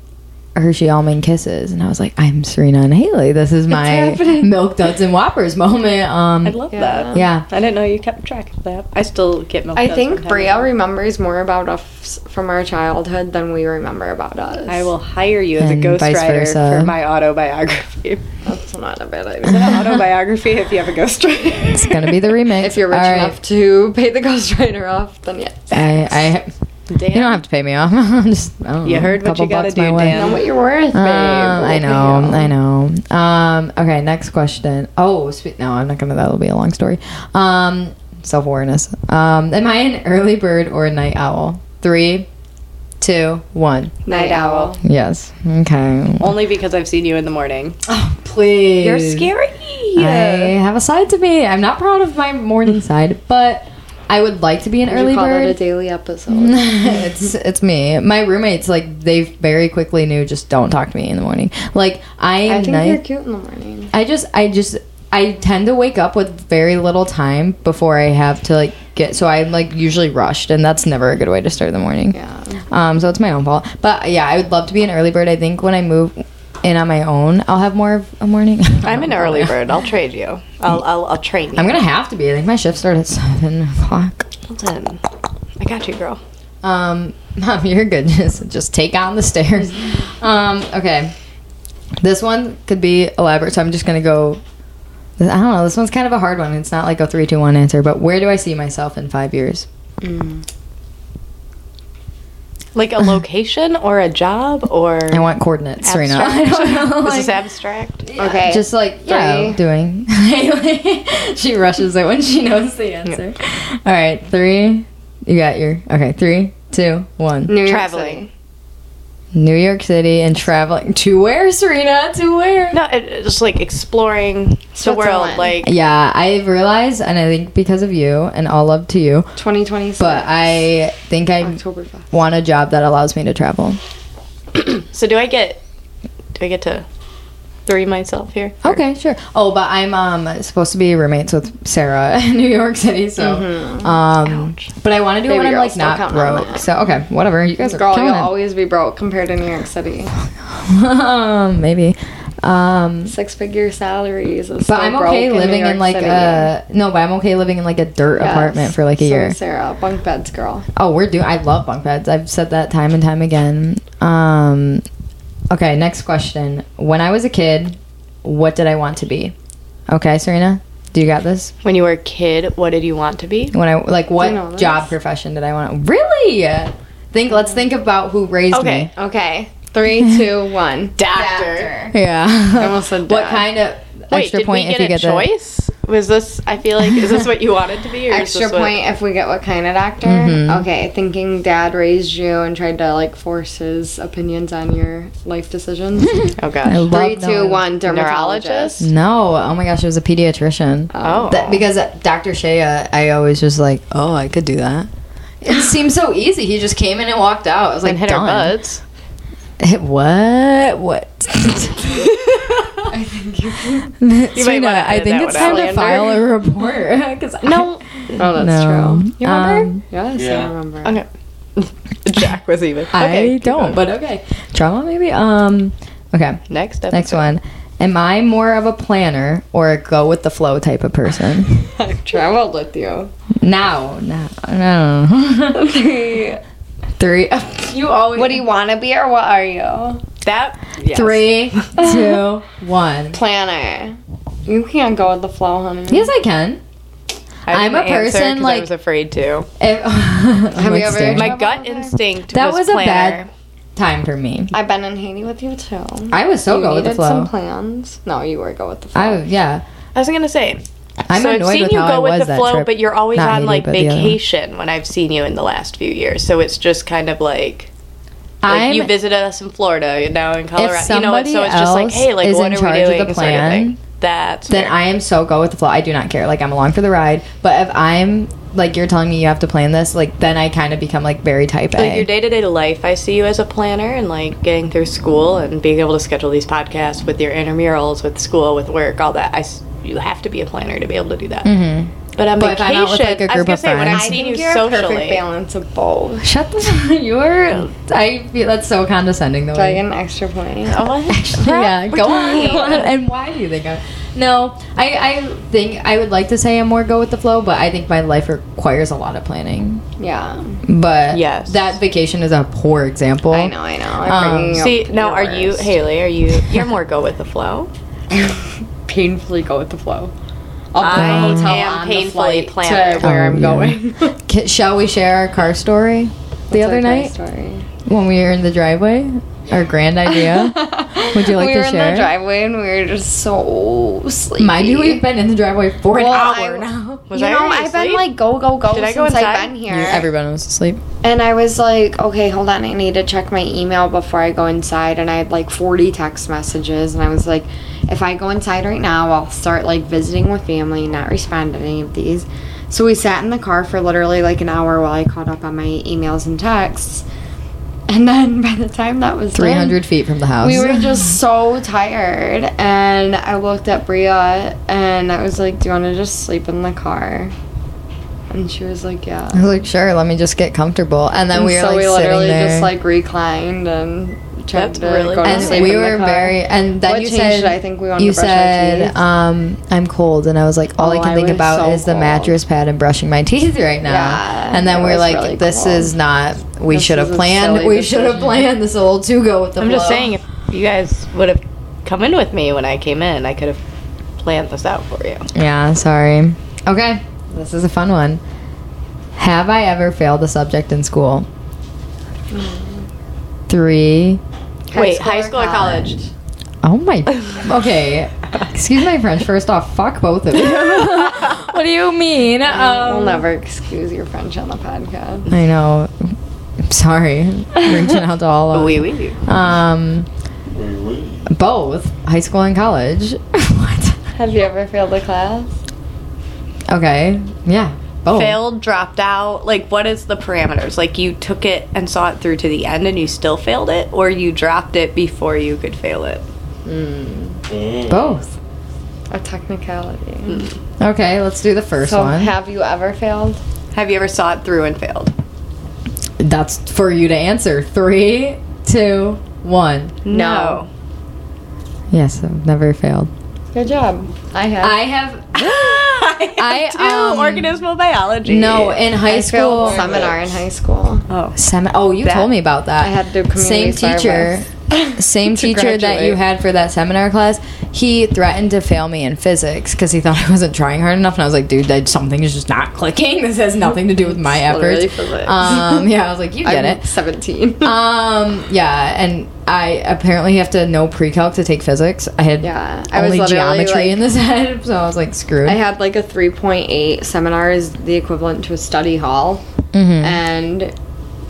Speaker 1: Hershey almond kisses, and I was like, I'm Serena and Haley. This is my
Speaker 2: happening.
Speaker 1: milk duds and whoppers moment. Um,
Speaker 3: I love
Speaker 2: Yeah.
Speaker 3: that.
Speaker 1: yeah.
Speaker 3: I didn't know you kept track of that. I still get milk.
Speaker 2: I
Speaker 3: duds
Speaker 2: think
Speaker 3: from time
Speaker 2: Bria
Speaker 3: to time.
Speaker 2: remembers more about us from our childhood than we remember about us.
Speaker 3: I will hire you as a
Speaker 1: And vice
Speaker 3: ghostwriter
Speaker 1: versa.
Speaker 3: for my autobiography.
Speaker 2: That's not a bad
Speaker 3: Is it
Speaker 2: idea.
Speaker 3: an autobiography if you have a ghostwriter?
Speaker 1: It's gonna be the remix.
Speaker 2: if you're rich
Speaker 1: All right.
Speaker 2: enough to pay the ghostwriter off, then yes.
Speaker 1: I, I
Speaker 3: Damn.
Speaker 1: You don't have to pay me off. I'm just, I don't
Speaker 3: You
Speaker 1: know,
Speaker 3: heard what
Speaker 1: couple
Speaker 3: you gotta
Speaker 1: bucks my
Speaker 3: do,
Speaker 1: way.
Speaker 3: Dan.
Speaker 2: know what you're worth, babe.
Speaker 1: Um, I
Speaker 2: We'll
Speaker 1: know,
Speaker 2: pay you.
Speaker 1: I know. Um, okay, next question. Oh, spe- no, I'm not gonna. That'll be a long story. Um, Self awareness. Um, am I an early bird or a night owl? Three, two, one.
Speaker 2: Night owl.
Speaker 1: Yes. Okay.
Speaker 3: Only because I've seen you in the morning.
Speaker 1: Please.
Speaker 3: You're scary.
Speaker 1: I have a side to me. I'm not proud of my morning side, but I would like to be an
Speaker 2: Would
Speaker 1: early
Speaker 2: you call
Speaker 1: bird.
Speaker 2: that a daily episode.
Speaker 1: it's it's me. My roommates like they very quickly knew just don't talk to me in the morning. Like I
Speaker 2: I
Speaker 1: am
Speaker 2: think
Speaker 1: nice.
Speaker 2: you're cute in the morning.
Speaker 1: I just I just I tend to wake up with very little time before I have to like get so I'm like usually rushed and that's never a good way to start the morning.
Speaker 2: Yeah.
Speaker 1: Um so it's my own fault. But yeah, I would love to be an early bird. I think when I move in on my own, I'll have more of a morning.
Speaker 3: I'm an early bird. I'll trade you. I'll I'll, I'll train you.
Speaker 1: I'm gonna have to be. I think my shift starts at seven o'clock.
Speaker 3: Listen, I got you, girl.
Speaker 1: Um, mom, you're good. Just, just take on the stairs. Um, okay. This one could be elaborate, so I'm just gonna go. I don't know. This one's kind of a hard one. It's not like a three, two, one answer. But where do I see myself in five years?
Speaker 3: Like a location or a job or
Speaker 1: I want coordinates, Serena. I
Speaker 3: abstract.
Speaker 1: don't know.
Speaker 3: this is
Speaker 1: like-
Speaker 3: abstract.
Speaker 2: Okay.
Speaker 1: Just like yeah,
Speaker 2: Three.
Speaker 1: doing. she rushes it when she knows the answer. All right, three. You got your okay. Three, two, one.
Speaker 2: New York
Speaker 3: Traveling.
Speaker 2: City.
Speaker 1: New York City and traveling to where, Serena? To where?
Speaker 3: No, it, it's just like exploring the
Speaker 2: Switzerland.
Speaker 3: world. Like
Speaker 1: Yeah, I've realized, and I think because of you, and all love to you,
Speaker 2: 2026.
Speaker 1: but I think I
Speaker 2: Oktoberfest.
Speaker 1: want a job that allows me to travel.
Speaker 3: so, do I get? Do I get to three myself here?
Speaker 1: Okay, sure. Oh, but I'm um supposed to be roommates with Sarah in New York City, so um, but I want to do it
Speaker 2: Mm-hmm. Baby
Speaker 1: when I'm
Speaker 2: girl,
Speaker 1: like
Speaker 2: still
Speaker 1: not
Speaker 2: counting on
Speaker 1: broke.
Speaker 2: that.
Speaker 1: So okay, whatever. You guys are
Speaker 2: Girl,
Speaker 1: killing
Speaker 2: you'll
Speaker 1: it.
Speaker 2: always be broke compared to New York City.
Speaker 1: um, maybe. Um,
Speaker 2: Six figure salaries. Is
Speaker 1: but I'm okay living in, like a no, but I'm okay living in like a dirt apartment for like a
Speaker 2: so
Speaker 1: year.
Speaker 2: Sarah, bunk beds, girl.
Speaker 1: Oh, we're doing. I love bunk beds. I've said that time and time again. Um, okay, next question. When I was a kid, what did I want to be? Okay, Serena, do you got this?
Speaker 3: When you were a kid, what did you want to be?
Speaker 1: When I like,
Speaker 2: you know
Speaker 1: what
Speaker 2: this?
Speaker 1: job profession did I want? Really? Think. Let's think about who raised
Speaker 3: Okay.
Speaker 2: Okay. Three, two, one.
Speaker 3: Doctor.
Speaker 1: me. Yeah.
Speaker 2: almost said
Speaker 1: what
Speaker 2: dad.
Speaker 1: kind of
Speaker 3: Wait,
Speaker 1: extra
Speaker 3: did
Speaker 1: point
Speaker 3: we
Speaker 1: if
Speaker 3: get
Speaker 1: you
Speaker 3: a
Speaker 1: get the-
Speaker 3: choice? Was this? I feel like is this what you wanted to be? Or is
Speaker 2: Extra
Speaker 3: this what-
Speaker 2: point if we get what kind of doctor.
Speaker 1: Mm-hmm.
Speaker 2: Okay, thinking dad raised you and tried to like force his opinions on your life decisions.
Speaker 3: Oh
Speaker 1: I
Speaker 3: gosh.
Speaker 1: love
Speaker 2: Three, two,
Speaker 1: knowing.
Speaker 2: one.
Speaker 3: Neurologist.
Speaker 2: Dermatologist.
Speaker 1: No, oh my gosh, it was a pediatrician.
Speaker 3: Oh.
Speaker 1: That- because Dr. Shea, uh, I always was like, oh, I could do that. It seemed so easy. He just came in and walked out. I was like,
Speaker 3: and hit
Speaker 1: done.
Speaker 3: our buds.
Speaker 1: Hit what? What? I think you.
Speaker 3: You might wanna
Speaker 1: I
Speaker 3: edit
Speaker 1: think
Speaker 3: that
Speaker 1: it's
Speaker 3: one out.
Speaker 1: time to file a report. 'cause I-
Speaker 3: No.
Speaker 2: Oh, that's
Speaker 1: no.
Speaker 2: true.
Speaker 3: You remember?
Speaker 1: Um,
Speaker 2: Yes, I
Speaker 4: Yeah.
Speaker 2: remember.
Speaker 3: Okay. Jack was even.
Speaker 1: I don't, but okay. Trauma, maybe. Um. Okay.
Speaker 3: next. Episode.
Speaker 1: Next one. Am I more of a planner or a go with the flow type of person?
Speaker 2: I've traveled with you.
Speaker 1: now, now, no. Three. You always.
Speaker 2: What do you want to be or what are you?
Speaker 3: That yes.
Speaker 1: Three, two, one.
Speaker 2: Planner. You can't go with the flow, honey.
Speaker 1: Yes, I can.
Speaker 3: I
Speaker 1: I'm a
Speaker 3: didn't answer
Speaker 1: person,
Speaker 3: 'cause
Speaker 1: like-
Speaker 3: I was afraid to.
Speaker 1: If- I'm
Speaker 2: you
Speaker 1: like
Speaker 2: ever-
Speaker 1: staring.
Speaker 2: My
Speaker 3: My
Speaker 2: Trouble
Speaker 3: gut
Speaker 2: with her.
Speaker 3: instinct.
Speaker 1: That was a
Speaker 3: planner.
Speaker 1: bad time for me.
Speaker 2: I've been in Haiti with you too.
Speaker 1: I was so
Speaker 2: you
Speaker 1: go with the
Speaker 2: needed some
Speaker 1: flow.
Speaker 2: plans. No, you were go with the flow.
Speaker 1: I yeah.
Speaker 3: I was gonna say.
Speaker 1: I'm
Speaker 3: so
Speaker 1: annoyed
Speaker 3: I've seen
Speaker 1: with
Speaker 3: you
Speaker 1: how
Speaker 3: go
Speaker 1: I
Speaker 3: with
Speaker 1: was
Speaker 3: the
Speaker 1: that
Speaker 3: flow,
Speaker 1: trip.
Speaker 3: but you're always
Speaker 1: Not
Speaker 3: on
Speaker 1: Haiti,
Speaker 3: like
Speaker 1: but the other one.
Speaker 3: vacation when I've seen you in the last few years. So it's just kind of like.
Speaker 1: I'm-
Speaker 3: Like you visited us in Florida, you're now in Colorado.
Speaker 1: If
Speaker 3: you know, and
Speaker 1: somebody
Speaker 3: so it's just like,
Speaker 1: else
Speaker 3: hey, like
Speaker 1: is
Speaker 3: what
Speaker 1: in
Speaker 3: are
Speaker 1: charge
Speaker 3: we
Speaker 1: of the
Speaker 3: doing?
Speaker 1: plan,
Speaker 3: sort of thing. That's
Speaker 1: then
Speaker 3: fair.
Speaker 1: I am so go with the flow. I do not care. Like I'm along for the ride. But if I'm like you're telling me you have to plan this, like then I kind of become like very type A.
Speaker 3: like your day to day life, I see you as a planner and like getting through school and being able to schedule these podcasts with your intramurals, with school, with work, all that. I s- you have to be a planner to be able to do that. Mm-hmm. But on
Speaker 1: But if I'm
Speaker 3: vacation,
Speaker 1: out with, like, a
Speaker 3: I was
Speaker 1: group
Speaker 3: gonna
Speaker 1: of
Speaker 3: say when I've
Speaker 1: friends-
Speaker 2: I
Speaker 3: seen
Speaker 2: think
Speaker 3: you
Speaker 2: you're a perfect
Speaker 3: socially,
Speaker 2: balance of both.
Speaker 1: Shut the you're I feel that's so condescending though.
Speaker 2: Do I get an extra point?
Speaker 3: Oh, what?
Speaker 1: yeah,
Speaker 3: We're
Speaker 1: go on,
Speaker 3: dying.
Speaker 1: go on. And why do you think I? No, I, I think I would like to say I'm more go with the flow, but I think my life requires a lot of planning.
Speaker 2: Yeah.
Speaker 1: But
Speaker 3: Yes.
Speaker 1: that vacation is a poor example.
Speaker 2: I know, I know. I'm
Speaker 1: Um,
Speaker 2: bringing up
Speaker 3: See now,
Speaker 2: the
Speaker 3: are you
Speaker 2: worst.
Speaker 3: Haley? Are you? You're more go with the flow.
Speaker 2: painfully go with the flow? I'll
Speaker 3: I
Speaker 2: put the hotel
Speaker 3: am
Speaker 2: on the
Speaker 3: painfully
Speaker 2: flight
Speaker 3: planner.
Speaker 2: to where
Speaker 1: Oh,
Speaker 2: I'm
Speaker 1: yeah.
Speaker 2: going.
Speaker 1: Ca- shall we share our car story the other night when we were in the driveway? Our grand idea. Would you like
Speaker 2: we
Speaker 1: to
Speaker 2: were in
Speaker 1: share?
Speaker 2: the driveway and we were just so sleepy.
Speaker 1: Mind you, we've been in the driveway for
Speaker 2: Well,
Speaker 1: an hour
Speaker 2: I-
Speaker 1: now.
Speaker 3: Was
Speaker 2: you
Speaker 3: I
Speaker 2: know,
Speaker 3: already
Speaker 2: I've been
Speaker 3: asleep?
Speaker 2: like go go go
Speaker 3: Did I
Speaker 2: since
Speaker 3: go
Speaker 2: I've
Speaker 3: inside?
Speaker 2: been
Speaker 1: You-
Speaker 2: here,
Speaker 1: Everyone was asleep.
Speaker 2: and I was like, okay, hold on, I need to check my email before I go inside. And I had like 40 text messages, and I was like, if I go inside right now, I'll start like visiting with family and not respond to any of these. So we sat in the car for literally like an hour while I caught up on my emails and texts, and then by the time that was done-
Speaker 1: 300 feet from the house.
Speaker 2: we were just so tired, and I looked at Bria and I was like, Do you want to just sleep in the car? And she was like, Yeah.
Speaker 1: I was like, sure, let me just get comfortable. And then
Speaker 2: And
Speaker 1: we were
Speaker 2: so
Speaker 1: like
Speaker 2: we literally
Speaker 1: sitting there.
Speaker 2: just like reclined and tried
Speaker 3: That's
Speaker 2: to
Speaker 3: really
Speaker 2: go to
Speaker 3: nice.
Speaker 1: and
Speaker 2: sleep
Speaker 1: we
Speaker 2: in
Speaker 1: were
Speaker 2: the car.
Speaker 1: very and then
Speaker 2: What
Speaker 1: you
Speaker 2: change
Speaker 1: said
Speaker 2: did I think we wanted
Speaker 1: you
Speaker 2: to brush our
Speaker 1: said
Speaker 2: teeth?
Speaker 1: um i'm cold and i was like all i
Speaker 2: Oh,
Speaker 1: can
Speaker 2: I
Speaker 1: think
Speaker 2: was
Speaker 1: about
Speaker 2: so
Speaker 1: is the
Speaker 2: cold.
Speaker 1: mattress pad and brushing my teeth right now
Speaker 2: Yeah,
Speaker 1: and then
Speaker 2: it
Speaker 1: we are
Speaker 2: was
Speaker 1: like
Speaker 2: really
Speaker 1: this
Speaker 2: cold.
Speaker 1: is not we
Speaker 2: This
Speaker 1: should have
Speaker 2: is a
Speaker 1: planned
Speaker 2: silly
Speaker 1: we should have
Speaker 2: decision.
Speaker 1: planned this little to go with the
Speaker 3: I'm just
Speaker 1: flow.
Speaker 3: saying, if you guys would have come in with me when I came in, I could have planned this out for you.
Speaker 1: yeah sorry okay this is a fun one have i ever failed a subject in school three
Speaker 3: Wait, high school or college?
Speaker 1: Oh my. Okay. Excuse my French. First off, fuck both of you. what do you mean? Um,
Speaker 2: We'll never excuse your French on the podcast.
Speaker 1: I know. I'm sorry. Reaching out to all of
Speaker 3: Oui, oui.
Speaker 1: Um,
Speaker 4: Wait, wait.
Speaker 1: both high school and college. what?
Speaker 2: Have you ever failed a class?
Speaker 1: Okay. Yeah. Both.
Speaker 3: Failed, dropped out. Like, what is the parameters? Like, you took it and saw it through to the end, and you still failed it, or you dropped it before you could fail it.
Speaker 4: Mm.
Speaker 1: Both.
Speaker 2: A technicality.
Speaker 1: Hmm. Okay. Let's do the first
Speaker 2: so
Speaker 1: one.
Speaker 2: have you ever failed?
Speaker 3: Have you ever saw it through and failed?
Speaker 1: That's for you to answer. Three, two, one.
Speaker 2: No.
Speaker 1: Yes, I've never failed.
Speaker 2: Good job. I have.
Speaker 1: I have.
Speaker 3: I,
Speaker 1: I,
Speaker 3: do
Speaker 1: um,
Speaker 3: organismal biology.
Speaker 1: No, in high
Speaker 2: I
Speaker 1: school.
Speaker 2: failed seminar in high school.
Speaker 3: Oh,
Speaker 1: Sem- oh, you
Speaker 3: That-
Speaker 1: told me about that.
Speaker 2: I had to do community
Speaker 1: Same teacher.
Speaker 2: service.
Speaker 1: same
Speaker 2: To
Speaker 1: teacher that you
Speaker 2: graduate.
Speaker 1: had for that seminar class, he threatened to fail me in physics because he thought I wasn't trying hard enough. And I was like, dude, that, something is just not clicking. This has nothing to do with my
Speaker 2: It's
Speaker 1: efforts.
Speaker 2: literally physics.
Speaker 1: Um, yeah, I was like, you get
Speaker 2: I'm
Speaker 1: it.
Speaker 2: 17.
Speaker 1: Um, yeah, and I apparently have to know pre-calc to take physics. I had
Speaker 2: Yeah, I was
Speaker 1: only
Speaker 2: literally,
Speaker 1: geometry
Speaker 2: like-
Speaker 1: in this head, so I was like, screwed.
Speaker 2: I had like a 3.8 seminar is the equivalent to a study hall,
Speaker 1: Mm-hmm.
Speaker 2: and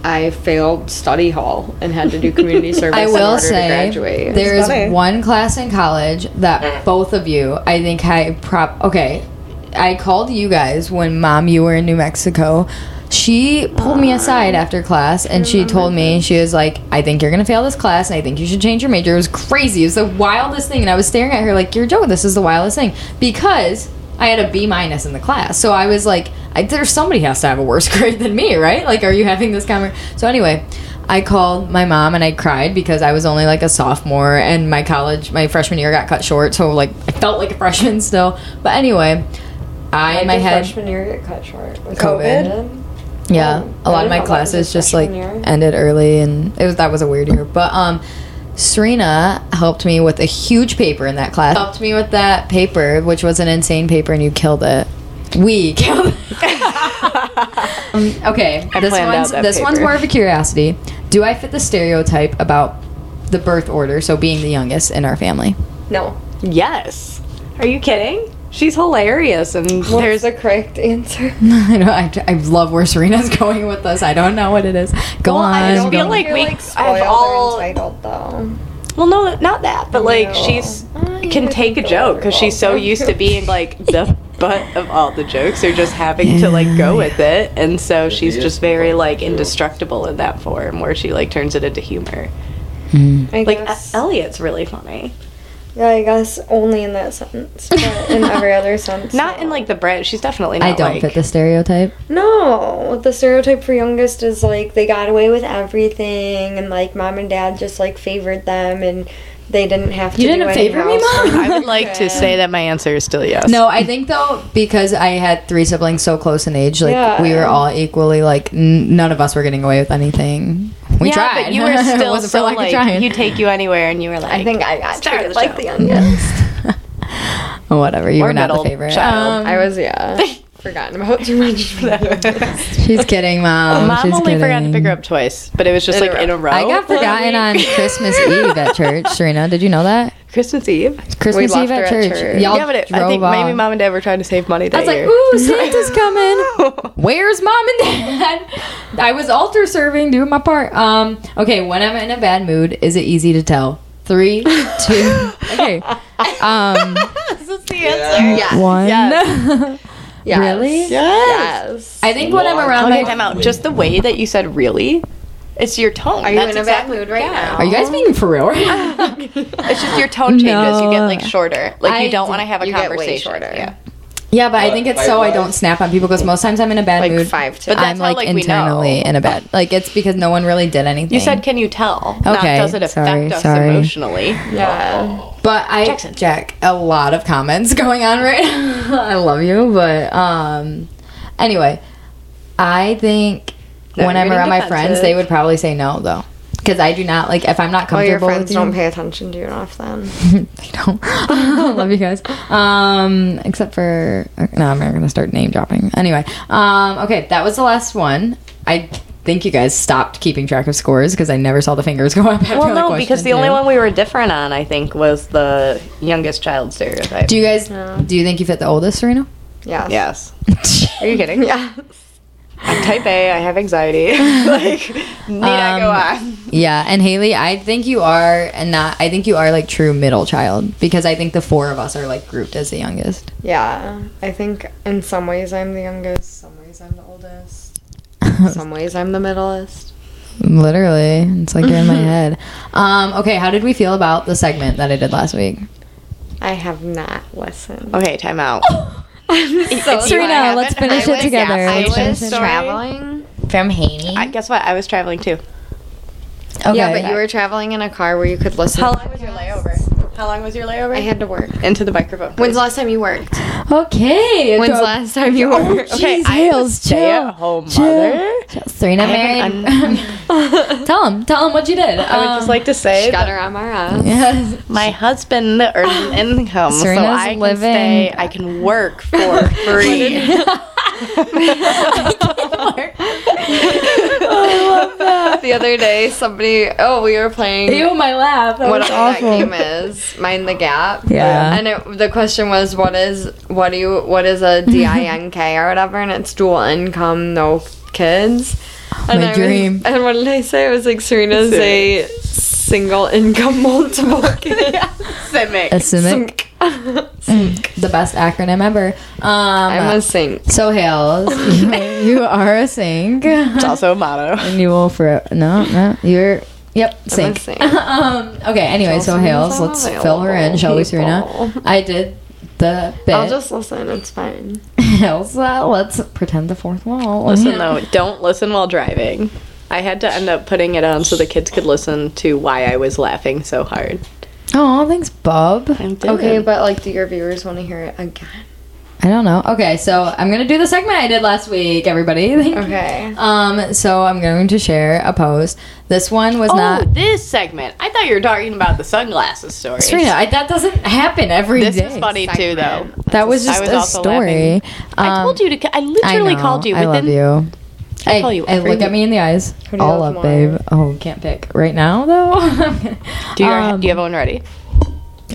Speaker 2: I failed study hall and had to do community service.
Speaker 1: I
Speaker 2: in
Speaker 1: will
Speaker 2: order
Speaker 1: say
Speaker 2: to graduate.
Speaker 1: there is
Speaker 3: Funny.
Speaker 1: one class in college that both of you, I think I prop okay. I called you guys when mom you were in New Mexico. She pulled me aside after class and she
Speaker 2: Mm-hmm.
Speaker 1: told me she was like, "I think you're gonna fail this class and I think you should change your major." It was crazy. It was the wildest thing, and I was staring at her like, "You're joking. This is the wildest thing." Because I had a B minus in the class, so I was like, I, "There's somebody has to have a worse grade than me, right?" Like, are you having this conversation? So anyway, I called my mom and I cried because I was only like a sophomore and my college, my freshman year got cut short. So like I felt like a freshman still. But anyway, I in my head,
Speaker 5: freshman year get cut short. Was
Speaker 1: COVID? yeah, a lot of my
Speaker 5: That was
Speaker 1: classes
Speaker 5: your
Speaker 1: just like
Speaker 5: freshman year.
Speaker 1: ended early and it was that was a weird year. But um, Serena helped me with a huge paper in that class. Helped me with that paper, which was an insane paper, and you killed it. We killed. it. um, okay,
Speaker 3: I
Speaker 1: this
Speaker 3: planned out
Speaker 1: one's
Speaker 3: that
Speaker 1: this one's
Speaker 3: paper.
Speaker 1: more of a curiosity. Do I fit the stereotype about the birth order? So being the youngest in our family.
Speaker 5: No.
Speaker 3: Yes. Are you kidding? She's hilarious, and
Speaker 5: There's
Speaker 3: there's
Speaker 5: the correct answer.
Speaker 1: I know. I, I love where Serena's going with this. I don't know what it is. Go on.
Speaker 3: I just feel
Speaker 1: go.
Speaker 3: like
Speaker 5: You're,
Speaker 3: we
Speaker 5: like
Speaker 3: I've
Speaker 5: spoiled
Speaker 3: all
Speaker 5: all entitled though.
Speaker 3: well, no, not that, but like
Speaker 5: No.
Speaker 3: she's
Speaker 2: Ah,
Speaker 5: I
Speaker 3: can take a joke because she's so used to being like the butt of all the jokes, or just having to like go with it, and so she's
Speaker 4: is
Speaker 3: just
Speaker 4: the
Speaker 3: very
Speaker 4: butt,
Speaker 3: like
Speaker 4: too.
Speaker 3: indestructible in that form where she like turns it into humor.
Speaker 5: I
Speaker 3: Like E-
Speaker 5: guess,
Speaker 3: Elliot's really funny,
Speaker 5: yeah, I guess only in that sentence, but in every other sense,
Speaker 3: not
Speaker 5: no.
Speaker 3: in like the Brit. She's definitely not
Speaker 1: I don't
Speaker 3: like,
Speaker 1: fit the stereotype.
Speaker 5: No, the stereotype for youngest is like they got away with everything, and like mom and dad just like favored them, and they didn't have to.
Speaker 1: You
Speaker 5: do
Speaker 1: didn't
Speaker 5: any
Speaker 1: favor me,
Speaker 5: housework.
Speaker 1: Mom?
Speaker 3: I would like to say that my answer is still yes.
Speaker 1: No, I think though because I had three siblings so close in age, like
Speaker 5: Yeah.
Speaker 1: we were all equally like n- none of us were getting away with anything. We
Speaker 3: yeah,
Speaker 1: tried,
Speaker 3: but you were
Speaker 1: It
Speaker 3: still
Speaker 1: wasn't for
Speaker 3: so
Speaker 1: lack of
Speaker 3: like
Speaker 1: trying.
Speaker 3: you take you anywhere, and you were like
Speaker 5: I think I got
Speaker 3: Star of
Speaker 5: treated
Speaker 3: the
Speaker 5: like
Speaker 3: show.
Speaker 5: the youngest.
Speaker 1: Oh, whatever. You
Speaker 3: Or
Speaker 1: were not the
Speaker 3: middle
Speaker 1: favorite.
Speaker 3: child.
Speaker 1: Um,
Speaker 2: I was yeah, forgotten about too much.
Speaker 1: she's kidding, mom.
Speaker 3: Mom
Speaker 1: she's
Speaker 3: only
Speaker 1: kidding.
Speaker 3: forgot to pick her up twice, but it was just
Speaker 2: In a
Speaker 3: like
Speaker 2: row.
Speaker 3: in a row.
Speaker 1: I got forgotten on Christmas Eve at church. Serena, did you know that?
Speaker 3: Christmas Eve.
Speaker 1: Christmas
Speaker 2: left
Speaker 1: Eve at
Speaker 2: her at
Speaker 1: church.
Speaker 2: church.
Speaker 1: Y'all
Speaker 3: yeah, but it, I
Speaker 1: drove
Speaker 3: think
Speaker 1: off.
Speaker 3: maybe mom and dad were trying to save money that
Speaker 1: I was like,
Speaker 3: year.
Speaker 1: ooh, Santa's coming. Where's mom and dad? I was altar serving, doing my part. Um, okay, when I'm in a bad mood, is it easy to tell? Three, two, okay. Um,
Speaker 3: this is the answer.
Speaker 2: Yeah.
Speaker 1: one.
Speaker 2: Yes.
Speaker 1: Really?
Speaker 2: Yes.
Speaker 1: I think when I'm around
Speaker 3: Okay,
Speaker 1: my.
Speaker 3: time out. Just the way that you said "really," it's your tone.
Speaker 2: Are you in a bad mood right now?
Speaker 1: Are you guys being for real? right now?
Speaker 3: It's just your tone changes. You get
Speaker 1: No.
Speaker 3: like shorter. Like
Speaker 1: I
Speaker 3: you don't want to have a
Speaker 2: You get way
Speaker 3: conversation.
Speaker 2: shorter.
Speaker 3: Yeah.
Speaker 1: yeah, but I
Speaker 4: Uh,
Speaker 1: think it's
Speaker 4: my
Speaker 1: so I
Speaker 4: wife-
Speaker 1: don't snap on people because most times I'm in a bad
Speaker 2: Like
Speaker 1: mood.
Speaker 2: five to.
Speaker 3: But that-
Speaker 1: I'm
Speaker 3: That's how,
Speaker 1: like,
Speaker 3: like, we
Speaker 1: internally
Speaker 3: know.
Speaker 1: in a bad. Like it's because no one really did anything.
Speaker 3: You said, "Can you tell?" Not
Speaker 1: Okay,
Speaker 3: does it affect
Speaker 1: sorry,
Speaker 3: us
Speaker 1: sorry.
Speaker 3: emotionally?
Speaker 2: yeah.
Speaker 1: But I
Speaker 3: Jackson.
Speaker 1: Jack, a lot of comments going on right now. I love you, but um anyway, I think
Speaker 3: Now
Speaker 1: when
Speaker 3: you're
Speaker 1: I'm
Speaker 3: getting
Speaker 1: around my
Speaker 3: defensive.
Speaker 1: friends, they would probably say no though. Because I do not like if I'm not
Speaker 2: Oh, your
Speaker 1: comfortable
Speaker 2: friends
Speaker 1: with you.
Speaker 2: don't pay attention to you enough then.
Speaker 1: they don't. I love you guys. Um, except for no, I'm not gonna start name dropping. Anyway, um, okay, that was the last one. I think you guys stopped keeping track of scores because I never saw the fingers go up. After
Speaker 3: Well,
Speaker 1: the
Speaker 3: no,
Speaker 1: question,
Speaker 3: because the only
Speaker 1: too.
Speaker 3: one we were different on, I think, was the youngest child stereotype.
Speaker 1: Do you guys? Do you think you fit the oldest, Serena?
Speaker 2: Yes.
Speaker 3: yes.
Speaker 1: Are you kidding?
Speaker 2: Yes.
Speaker 3: I'm type A. I have anxiety. like, need I go on?
Speaker 1: Um, Yeah, and Haley, I think you are, and not. I think you are like true middle child because I think the four of us are like grouped as the youngest.
Speaker 2: Yeah. I think in some ways I'm the youngest. Some ways I'm the oldest. Some ways I'm the middleest.
Speaker 1: Literally, it's like you're in my head. Um, okay, how did we feel about the segment that I did last week?
Speaker 2: I have not listened.
Speaker 3: Okay, time out.
Speaker 2: So
Speaker 1: Serena, let's finish it together.
Speaker 2: I
Speaker 1: Let's finish
Speaker 2: was
Speaker 1: it.
Speaker 2: traveling.
Speaker 1: From Haney.
Speaker 3: I, guess what? I was traveling too.
Speaker 1: Okay.
Speaker 2: Yeah, but you were traveling in a car where you could listen.
Speaker 3: long was your layover? How long was your layover?
Speaker 2: I had to work.
Speaker 3: into the microphone.
Speaker 2: When's the last time you worked?
Speaker 1: Okay. Oh,
Speaker 2: When's
Speaker 1: so-
Speaker 2: the last time you worked?
Speaker 1: Okay,
Speaker 3: I am a stay-at-home mother.
Speaker 1: Serena married. tell him. Tell him what you did. Um,
Speaker 3: I would just like to say
Speaker 2: She got
Speaker 3: that
Speaker 2: her MRS.
Speaker 1: Yes.
Speaker 3: Um, my husband earns an income,
Speaker 1: Serena's
Speaker 3: so I can
Speaker 1: living-
Speaker 3: stay. I can work for free.
Speaker 2: the other day, somebody, oh, we were playing.
Speaker 1: Ew, my laugh. That
Speaker 2: what
Speaker 1: was
Speaker 2: that
Speaker 1: awful.
Speaker 2: game is mind the gap
Speaker 1: Yeah.
Speaker 2: and it, the question was what is what do you what is a dink or whatever and it's dual income no kids and
Speaker 1: My
Speaker 2: I was-
Speaker 1: dream.
Speaker 2: and what did i say i was like serena's a single income multiple kid
Speaker 1: A simic.
Speaker 2: Sink.
Speaker 1: The best acronym ever. Um,
Speaker 2: i'm a sink
Speaker 1: so Hales, you, you are a sink.
Speaker 3: It's also a motto.
Speaker 1: And you will for no, no. You're yep,
Speaker 2: I'm a
Speaker 1: sink.
Speaker 2: sink.
Speaker 1: um, okay. Anyway, so
Speaker 2: Chelsea's
Speaker 1: Hales, let's fill her in, shall we,
Speaker 2: available,
Speaker 1: Serena?
Speaker 2: people.
Speaker 1: I did the bit.
Speaker 2: i'll just listen it's fine
Speaker 1: Hales, uh, let's pretend the fourth wall.
Speaker 3: Listen though, don't listen while driving. I had to end up putting it on so the kids could listen to why I was laughing so hard.
Speaker 1: Oh, thanks, Bob.
Speaker 2: okay but like do your viewers want to hear it again
Speaker 1: I don't know. Okay, so I'm gonna do the segment I did last week, everybody. Thank you.
Speaker 2: okay
Speaker 1: Um, so I'm going to share a post. This one was
Speaker 3: oh,
Speaker 1: not.
Speaker 3: this segment. I thought you were talking about the sunglasses story.
Speaker 1: Serena, I, that doesn't happen every day.
Speaker 3: This is funny too, though.
Speaker 1: That was
Speaker 3: I
Speaker 1: just
Speaker 3: was
Speaker 1: a
Speaker 3: also
Speaker 1: story.
Speaker 3: laughing. I told you to. c- I literally
Speaker 1: know,
Speaker 3: called you
Speaker 1: I
Speaker 3: within
Speaker 1: love you. Hey,
Speaker 3: call you
Speaker 1: hey,
Speaker 3: every
Speaker 1: look at
Speaker 3: week.
Speaker 1: me in the eyes.
Speaker 5: do you
Speaker 1: All
Speaker 5: love
Speaker 1: up, babe.
Speaker 5: more?
Speaker 1: Oh, can't pick right now though.
Speaker 3: Do you,
Speaker 1: Um,
Speaker 3: do you have one ready?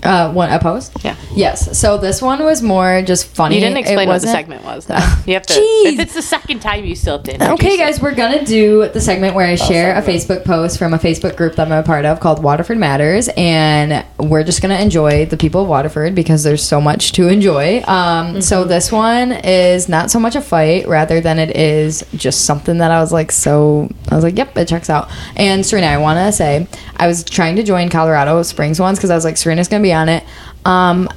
Speaker 1: uh, one a post?
Speaker 3: Yeah.
Speaker 1: Yes. So this one was more just funny.
Speaker 3: You didn't
Speaker 1: It
Speaker 3: explain what the
Speaker 1: wasn't- Oh,
Speaker 3: segment was. Though. You have to.
Speaker 1: Jeez.
Speaker 3: If it's the second time, you still have to. introduce
Speaker 1: Okay,
Speaker 3: it.
Speaker 1: guys, we're gonna do the segment where I share a Facebook post from a Facebook group that I'm a part of called Waterford Matters, and we're just gonna enjoy the people of Waterford because there's so much to enjoy. Um, So
Speaker 3: Mm-hmm.
Speaker 1: this one is not so much a fight, rather than it is just something that I was like, so I was like, yep, it checks out. And Serena, I wanna say I was trying to join Colorado Springs once because I was like, Serena's gonna be on it. Um,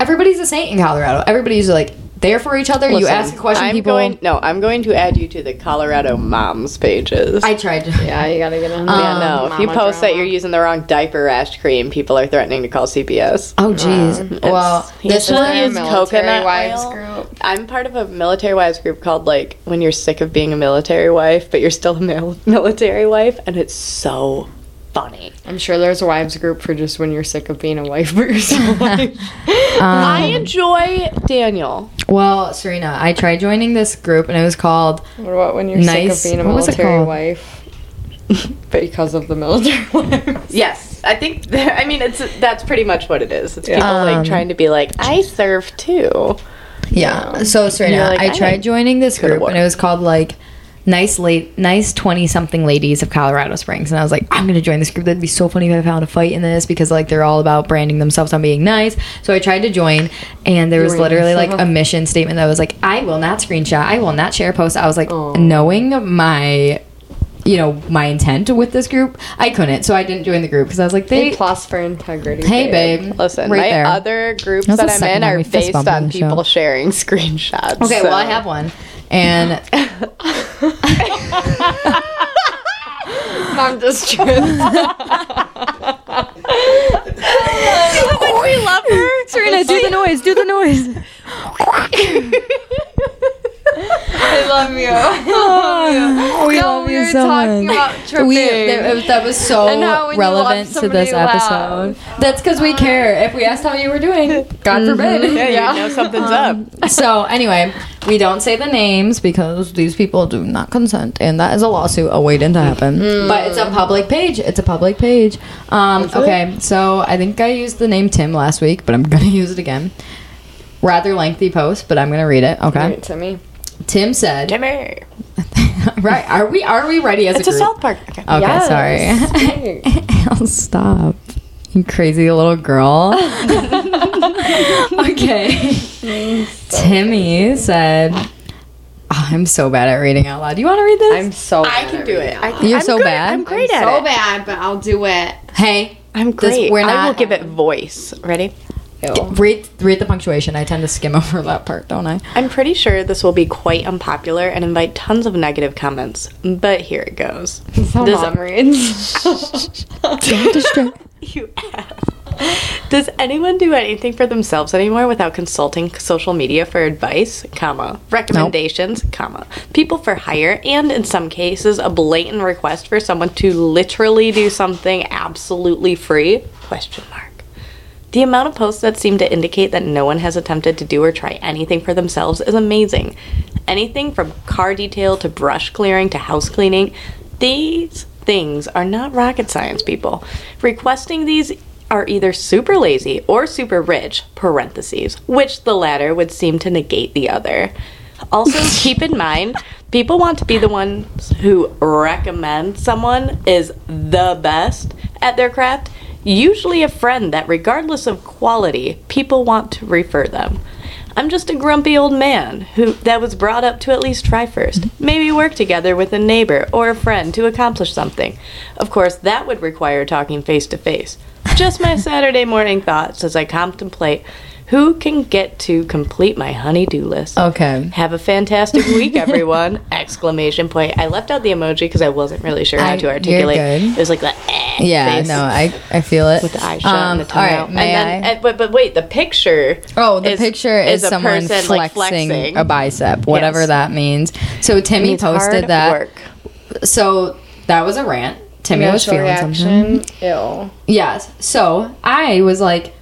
Speaker 1: everybody's a saint in Colorado. Everybody's like. There for each other. you
Speaker 3: Listen,
Speaker 1: ask a question,
Speaker 3: I'm
Speaker 1: people.
Speaker 3: Going, no, I'm going to add you to the Colorado moms pages.
Speaker 1: I tried.
Speaker 2: yeah you gotta get on
Speaker 3: yeah,
Speaker 2: that
Speaker 3: no. If you
Speaker 2: Um, mama
Speaker 3: post that
Speaker 2: drama.
Speaker 3: you're using the wrong diaper rash cream, people are threatening to call CPS.
Speaker 1: Oh jeez. well, this
Speaker 3: Yes, it's
Speaker 1: one
Speaker 3: there.
Speaker 2: Our
Speaker 3: is coconut
Speaker 2: military wives
Speaker 3: oil.
Speaker 2: group
Speaker 3: I'm part of a military wives group called like when you're sick of being a military wife, but you're still a mil- military wife, and it's so funny.
Speaker 2: I'm sure there's a wives group for just when you're sick of being a wife for yourself.
Speaker 1: Uh, Um,
Speaker 3: I enjoy Daniel.
Speaker 1: well, Serena, I tried joining this group and it was called
Speaker 2: what about when you're
Speaker 1: Nice.
Speaker 2: sick of being a
Speaker 1: What was it
Speaker 2: military
Speaker 1: called?
Speaker 2: wife? because of the military wives.
Speaker 3: Yes, I think. that- I mean, it's that's pretty much what it is. It's people
Speaker 1: Um,
Speaker 3: like trying to be like, I serve too.
Speaker 1: Yeah. So Serena,
Speaker 3: You're like,
Speaker 1: I
Speaker 3: I
Speaker 1: tried
Speaker 3: didn't
Speaker 1: joining this
Speaker 3: go to
Speaker 1: group and it
Speaker 3: work.
Speaker 1: was called like nice late nice 20 something ladies of Colorado Springs and I was like I'm going to join this group that'd be so funny if I found a fight in this because like they're all about branding themselves on being nice so I tried to join and there was literally like a mission statement that was like I will not screenshot I will not share posts I was like knowing my you know my intent with this group I couldn't so I didn't join the group because I was like they
Speaker 2: A plus for integrity.
Speaker 1: Hey, babe.
Speaker 3: Listen,
Speaker 1: right
Speaker 3: my
Speaker 1: there.
Speaker 3: other groups
Speaker 1: That's
Speaker 3: that
Speaker 1: the
Speaker 3: I'm
Speaker 1: second
Speaker 3: in
Speaker 1: time
Speaker 3: are
Speaker 1: we fist
Speaker 3: based
Speaker 1: bumped on
Speaker 3: on
Speaker 1: the
Speaker 3: people
Speaker 1: show.
Speaker 3: sharing screenshots.
Speaker 1: Okay, well, I
Speaker 3: so-
Speaker 1: have one. And
Speaker 2: I'm just trying.
Speaker 3: we love her.
Speaker 1: Serena, do the noise, do the noise.
Speaker 2: I love you. I love you.
Speaker 1: we
Speaker 2: No,
Speaker 1: love you
Speaker 2: were
Speaker 1: so
Speaker 2: talking
Speaker 1: much.
Speaker 2: about tripping.
Speaker 1: We, that, that was so
Speaker 2: And how when you love
Speaker 1: relevant to
Speaker 2: somebody,
Speaker 1: this
Speaker 2: you laugh.
Speaker 1: episode. That's because we care. If we asked how you were doing, God forbid.
Speaker 3: Yeah, you know something's up.
Speaker 1: so anyway, we don't say the names because these people do not consent, and that is a lawsuit awaiting to happen. But it's a public page. It's a public page. Um, okay, so I think I used the name Tim last week, but I'm gonna use it again. Rather lengthy post, but I'm gonna read it. Okay,
Speaker 2: Right, to me.
Speaker 1: Tim said.
Speaker 3: Timmy.
Speaker 1: right? Are we are we ready as
Speaker 3: It's
Speaker 1: a
Speaker 3: a
Speaker 1: group?
Speaker 3: South Park. Okay.
Speaker 1: Okay,
Speaker 2: Yes.
Speaker 1: sorry. I'll stop. You crazy little girl. okay. Timmy said, oh, I'm so bad at reading out loud. Do you want to read this?
Speaker 2: I'm so.
Speaker 3: I can do it. I,
Speaker 1: You're
Speaker 3: I'm
Speaker 1: so
Speaker 3: good.
Speaker 1: bad?
Speaker 3: I'm great
Speaker 2: so
Speaker 3: at it.
Speaker 2: bad, but I'll do it.
Speaker 1: hey,
Speaker 3: I'm
Speaker 1: This-
Speaker 3: great.
Speaker 1: we're
Speaker 3: I will
Speaker 1: not-
Speaker 3: give it voice. Ready?
Speaker 1: read read the punctuation. I tend to skim over that part, don't I?
Speaker 3: I'm pretty sure this will be quite unpopular and invite tons of negative comments, but here it goes.
Speaker 2: So
Speaker 3: This-
Speaker 2: mom reads.
Speaker 3: you ass. Does anyone do anything for themselves anymore without consulting social media for advice, comma, recommendations, comma, people for hire, and in some cases a blatant request for someone to literally do something absolutely free? Question mark. The amount of posts that seem to indicate that no one has attempted to do or try anything for themselves is amazing. Anything from car detail to brush clearing to house cleaning, these things are not rocket science, people. Requesting these are either super lazy or super rich, parentheses, which the latter would seem to negate the other. Also, keep in mind, people want to be the ones who recommend someone is the best at their craft, usually a friend that, regardless of quality, people want to refer them. I'm just a grumpy old man who that was brought up to at least try first. Maybe work together with a neighbor or a friend to accomplish something. Of course, that would require talking face to face. Just my Saturday morning thoughts as I contemplate who can get to complete my honey-do list.
Speaker 1: Okay.
Speaker 3: Have a fantastic week, everyone! Exclamation point. I left out the emoji because I wasn't really sure how
Speaker 1: I-
Speaker 3: to
Speaker 1: you're
Speaker 3: articulate.
Speaker 1: good.
Speaker 3: It was like the eh
Speaker 1: Yeah,
Speaker 3: face
Speaker 1: no, I I feel it. Um,
Speaker 3: with the eyes shut and the tongue
Speaker 1: all right,
Speaker 3: out.
Speaker 1: may
Speaker 3: and then,
Speaker 1: I?
Speaker 3: and- but, but wait, the picture.
Speaker 1: Oh, the
Speaker 3: is-
Speaker 1: picture is,
Speaker 3: a
Speaker 1: someone
Speaker 3: person,
Speaker 1: flexing,
Speaker 3: like, flexing.
Speaker 1: a bicep, whatever
Speaker 3: Yes.
Speaker 1: that means. So Timmy
Speaker 3: It's
Speaker 1: posted
Speaker 3: hard
Speaker 1: that.
Speaker 3: work.
Speaker 1: So that was a rant. Timmy was feeling something.
Speaker 2: Ew.
Speaker 1: Yes. So I was like,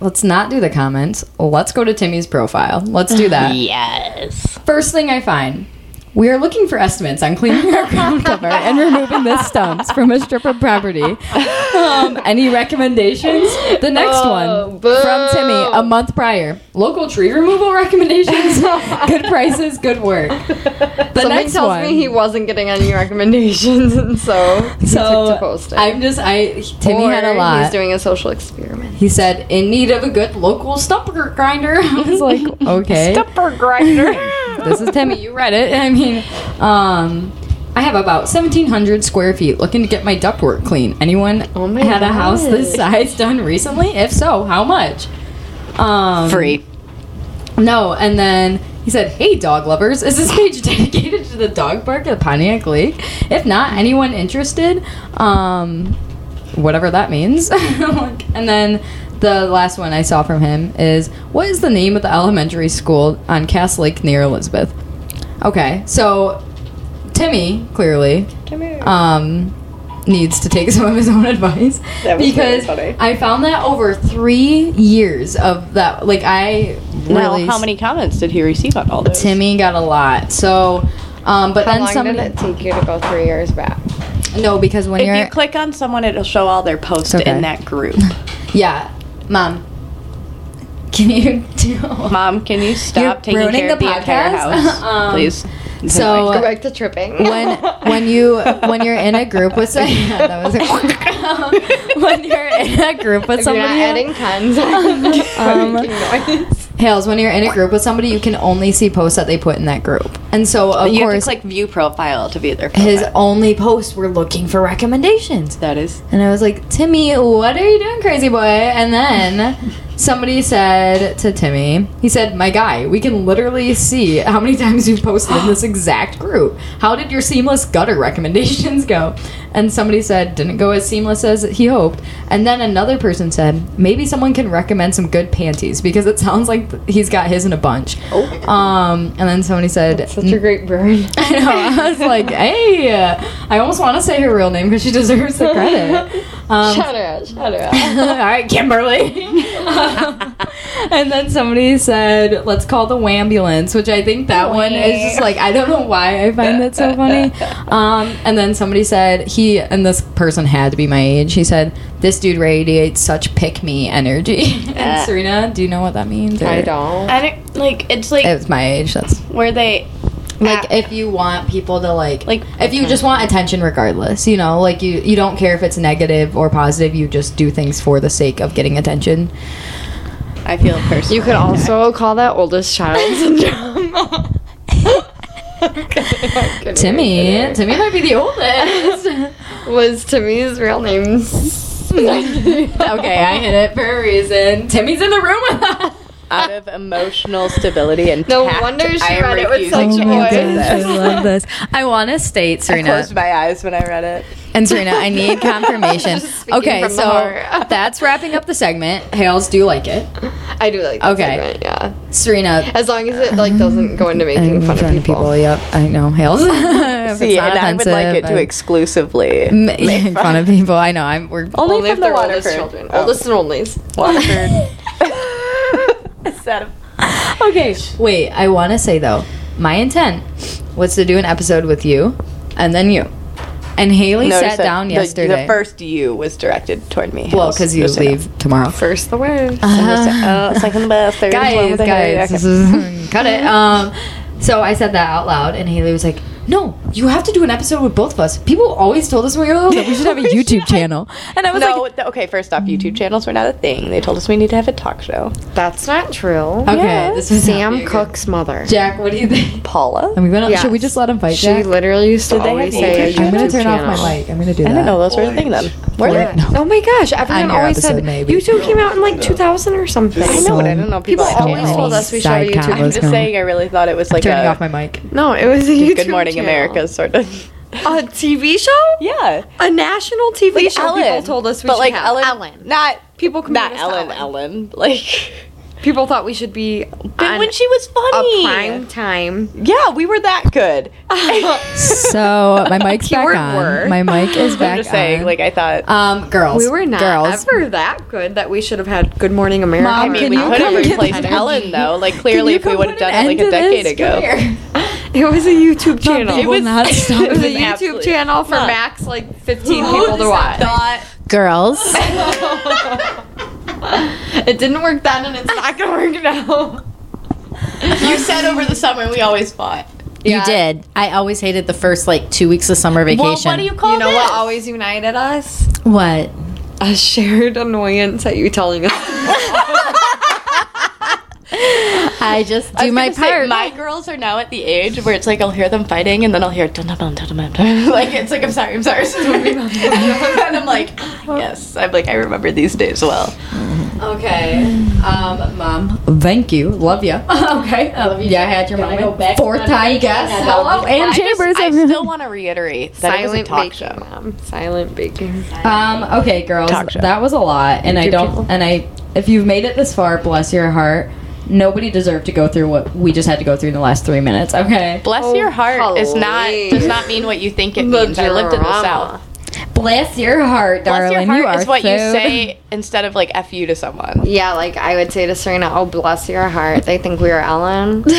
Speaker 1: let's not do the comments. Let's go to Timmy's profile. Let's do that.
Speaker 3: Yes.
Speaker 1: First thing I find. We are looking for estimates on cleaning our ground cover and removing the stumps from a strip of property. Um, any recommendations? The next
Speaker 2: Oh,
Speaker 1: one from Timmy a month prior. Local tree removal recommendations. good prices, good work. The
Speaker 2: Something
Speaker 1: next
Speaker 2: tells
Speaker 1: one.
Speaker 2: me he wasn't getting any recommendations, and so he took to post it.
Speaker 1: I'm just I Timmy had a
Speaker 2: Or
Speaker 1: lot.
Speaker 2: He's doing a social experiment.
Speaker 1: He said, "In need of a good local stumper grinder." I was like, "Okay,
Speaker 3: Stumper grinder.
Speaker 1: this is Timmy. You read it. I mean, um, I have about seventeen hundred square feet. Looking to get my ductwork clean. Anyone
Speaker 2: my
Speaker 1: had a house this size done recently? If so, how much?" Um,
Speaker 3: Free.
Speaker 1: No, and then he said, "Hey, dog lovers, is this page dedicated to the dog park at Pontiac Lake? If not, anyone interested? Um, whatever that means." Like, and then the last one I saw from him is, "What is the name of the elementary school on Cass Lake near Elizabeth?" Okay, so Timmy clearly um, needs to take some of his own advice
Speaker 3: That was really
Speaker 1: because
Speaker 3: funny.
Speaker 1: I found that over three years of that, like I really
Speaker 3: Now, how many comments did he receive on all those?
Speaker 1: Timmy got a lot. So, um, but
Speaker 2: How
Speaker 1: then
Speaker 2: long
Speaker 1: some
Speaker 2: did it take you to go three years back?
Speaker 1: no because when
Speaker 3: If
Speaker 1: you're
Speaker 3: you click on someone, it'll show all their posts
Speaker 1: okay.
Speaker 3: in that group.
Speaker 1: yeah, mom, can you do?
Speaker 3: Mom, can you stop
Speaker 1: You're
Speaker 3: taking
Speaker 1: ruining
Speaker 3: care of
Speaker 1: the
Speaker 3: the entire
Speaker 1: podcast?
Speaker 3: house,
Speaker 1: Um,
Speaker 3: please?
Speaker 1: so-
Speaker 2: Go back to tripping.
Speaker 1: when when you when you're in a group with some, yeah, that was a- when you're in a group with
Speaker 2: if you're not
Speaker 1: somebody
Speaker 2: adding tons um, noise.
Speaker 1: Hales, when you're in a group with somebody, you can only see posts that they put in that group, and so of
Speaker 3: you have to
Speaker 1: course
Speaker 3: click view profile to view their profile.
Speaker 1: his only posts were looking for recommendations.
Speaker 3: that is
Speaker 1: And I was like, Timmy, what are you doing, crazy boy? And then somebody said to Timmy, he said, My guy, we can literally see how many times you've posted in this exact group. How did your seamless gutter recommendations go? And somebody said, Didn't go as seamless as he hoped. And then another person said, Maybe someone can recommend some good panties because it sounds like th- he's got his in a bunch. Oh. Um, and then somebody said,
Speaker 2: Such a great bird.
Speaker 1: I know. I was like, hey, I almost want to say her real name because she deserves the credit. Um,
Speaker 2: Shut her up. Shut her up.
Speaker 1: all right, Kimberly. and then somebody said, "Let's call the ambulance," which I think that one is just like I don't know why I find that so funny. Um, and then somebody said he and this person had to be my age. He said, "This dude radiates such pick me energy." and Serena, do you know what that means?
Speaker 2: I
Speaker 1: Or-
Speaker 2: don't.
Speaker 3: I don't like it's like
Speaker 1: It's my age. That's
Speaker 3: where they
Speaker 1: like if you want people to like
Speaker 3: Like-
Speaker 1: if you just want attention regardless you know like you you don't care if it's negative or positive you just do things for the sake of getting attention
Speaker 3: I feel personally.
Speaker 2: You could also call that oldest child syndrome.
Speaker 1: timmy timmy might be the oldest
Speaker 2: was Timmy's real name.
Speaker 1: okay i hit it for a reason timmy's in the room with us
Speaker 3: out of emotional stability and
Speaker 2: No
Speaker 3: tact,
Speaker 2: wonder she
Speaker 3: I am
Speaker 1: Oh
Speaker 2: read it with
Speaker 3: refusing
Speaker 2: such
Speaker 3: to
Speaker 2: voice.
Speaker 3: do this.
Speaker 1: love this i want to state
Speaker 3: I closed my eyes when I read it.
Speaker 1: And Serena, I need confirmation.
Speaker 2: Just speaking
Speaker 1: okay,
Speaker 2: from the
Speaker 1: so
Speaker 2: heart.
Speaker 1: that's wrapping up the segment. Hails do like it.
Speaker 2: I do like.
Speaker 1: Okay.
Speaker 2: Okay. Segment, yeah.
Speaker 1: Serena,
Speaker 2: As long as it like doesn't go into making
Speaker 1: I'm
Speaker 2: fun of
Speaker 1: trying to
Speaker 2: people.
Speaker 1: Yep, I know. Hails. If
Speaker 3: See,
Speaker 1: it's not
Speaker 3: and I would like it
Speaker 1: offensive,
Speaker 3: to
Speaker 1: I-
Speaker 3: exclusively
Speaker 1: M- make fun of people. I know. I'm. We're.
Speaker 3: Only from
Speaker 2: Only if
Speaker 3: the
Speaker 2: they're
Speaker 3: Waterford.
Speaker 2: oldest children.
Speaker 3: Oh.
Speaker 2: Oldest and only's.
Speaker 3: Instead of
Speaker 1: okay. Wait. I want to say though, my intent was to do an episode with you, and then you, and Haley
Speaker 3: Notice
Speaker 1: sat
Speaker 3: that
Speaker 1: down
Speaker 3: the-
Speaker 1: yesterday.
Speaker 3: The, first you was directed toward me.
Speaker 1: well, because you
Speaker 3: Just so know.
Speaker 1: leave tomorrow.
Speaker 2: First the word.
Speaker 1: Uh,
Speaker 3: Oh, second the best, third one
Speaker 1: guys,
Speaker 3: with the hair.
Speaker 1: guys,
Speaker 3: Okay.
Speaker 1: this is, cut it. Um, so I said that out loud, and Haley was like, "No, you have to do an episode with both of us." People always told us when we were little that we should have a YouTube channel, and I was
Speaker 3: No,
Speaker 1: like,
Speaker 3: th- okay, first off,
Speaker 1: Mm.
Speaker 3: YouTube channels were not a thing. They told us we need to have a talk show.
Speaker 2: That's not true.
Speaker 1: "Okay,
Speaker 3: yes.
Speaker 1: this is not
Speaker 2: Sam
Speaker 1: being good."
Speaker 2: Cook's mother.
Speaker 1: Jack, what do you think?
Speaker 3: Paula?
Speaker 1: Are we gonna?
Speaker 2: Yes.
Speaker 1: Should we just let him fight?
Speaker 2: She
Speaker 1: Jack?
Speaker 2: literally used to
Speaker 3: they have
Speaker 2: always say
Speaker 3: YouTube
Speaker 2: a
Speaker 1: I'm gonna
Speaker 2: YouTube
Speaker 1: turn off
Speaker 2: channel.
Speaker 1: my mic. I'm gonna do that.
Speaker 3: I didn't know those were a thing then. Were
Speaker 1: Or-
Speaker 3: they?
Speaker 1: no.
Speaker 2: Oh my gosh, everyone
Speaker 1: your
Speaker 2: always
Speaker 1: episode,
Speaker 2: said
Speaker 1: maybe.
Speaker 2: YouTube came out in like 2000 or something.
Speaker 4: I
Speaker 3: I know, but I
Speaker 1: So-
Speaker 3: don't know.
Speaker 2: People
Speaker 3: People always
Speaker 2: always
Speaker 1: many
Speaker 2: told us we should have a
Speaker 1: side
Speaker 2: YouTube
Speaker 1: combos
Speaker 2: channel.
Speaker 3: I'm just
Speaker 1: going.
Speaker 3: saying, I really thought it was like
Speaker 1: Turning
Speaker 3: a
Speaker 1: off my mic.
Speaker 2: No, it was a YouTube
Speaker 3: Good Morning
Speaker 2: channel.
Speaker 3: America sort of.
Speaker 2: A TV show?
Speaker 3: yeah.
Speaker 2: A national TV
Speaker 3: Like
Speaker 2: show people told us we
Speaker 3: but
Speaker 2: should
Speaker 3: like
Speaker 2: have.
Speaker 3: Ellen, not
Speaker 2: People
Speaker 3: not
Speaker 2: compared us to
Speaker 3: Ellen,
Speaker 2: Ellen.
Speaker 3: Ellen. Like,
Speaker 2: People thought we should be
Speaker 3: but
Speaker 2: on
Speaker 3: when she was
Speaker 2: a
Speaker 3: funny,
Speaker 2: prime time.
Speaker 3: yeah, we were that good.
Speaker 1: So my mic's back
Speaker 2: Keyword
Speaker 1: on.
Speaker 2: word.
Speaker 1: My mic is back
Speaker 3: I'm just saying,
Speaker 1: on.
Speaker 3: like I thought.
Speaker 1: um, girls,
Speaker 2: we were not
Speaker 1: girls.
Speaker 2: ever that good that we should have had Good Morning America.
Speaker 1: Mom,
Speaker 2: I mean,
Speaker 1: can
Speaker 2: we
Speaker 1: you
Speaker 3: could
Speaker 2: could
Speaker 3: have
Speaker 1: come get
Speaker 3: replaced
Speaker 1: the-
Speaker 3: Ellen though. Like clearly, if we would have done it like a decade ago,
Speaker 2: It was a YouTube channel.
Speaker 1: It
Speaker 2: It was,
Speaker 1: was not stop
Speaker 2: it was a
Speaker 1: this.
Speaker 2: YouTube
Speaker 3: absolute-
Speaker 2: channel for
Speaker 3: Look.
Speaker 2: max like 15 people to watch.
Speaker 1: Girls,
Speaker 2: It didn't work then, and it's not gonna work now.
Speaker 3: you said over the summer we always fought.
Speaker 6: You did. I always hated the first like two weeks of summer vacation.
Speaker 3: call
Speaker 2: You know what always united us?
Speaker 6: What?
Speaker 2: A shared annoyance at you telling us.
Speaker 6: I just do my
Speaker 3: my
Speaker 6: part.
Speaker 3: my girls are now at the age where it's like I'll hear them fighting and then I'll hear dun dun dun dun dun dun. Like it's like I'm sorry, I'm sorry. and I'm like ah, yes, I'm like I remember these days well.
Speaker 1: okay, um, mom, thank you, love you. okay, I love you. Yeah, I had your mom. Fourth time guest. Hello, and Chambers.
Speaker 3: I
Speaker 1: everyone.
Speaker 3: still want to reiterate that it was a
Speaker 2: Silent
Speaker 3: talk
Speaker 2: baking,
Speaker 3: show.
Speaker 2: mom. Silent baking.
Speaker 1: Um, okay, girls,
Speaker 3: Talk show.
Speaker 1: that was a lot, and I
Speaker 2: YouTube
Speaker 1: don't,
Speaker 2: people.
Speaker 1: and I, if you've made it this far, bless your heart. Nobody deserved to go through what we just had to go through in the last three minutes. Okay,
Speaker 3: Bless
Speaker 2: Oh,
Speaker 3: your heart is not does
Speaker 2: please.
Speaker 3: not mean what you think it
Speaker 2: The
Speaker 3: means. I lived in the south.
Speaker 2: drama.
Speaker 1: bless your heart,
Speaker 3: Bless
Speaker 1: darling.
Speaker 3: your
Speaker 1: you
Speaker 3: heart
Speaker 1: are
Speaker 3: is what you
Speaker 1: so-
Speaker 3: say instead of like f you to someone.
Speaker 2: Yeah, like I would say to Serena, "Oh, bless your heart." They think we are Ellen.
Speaker 3: Wow.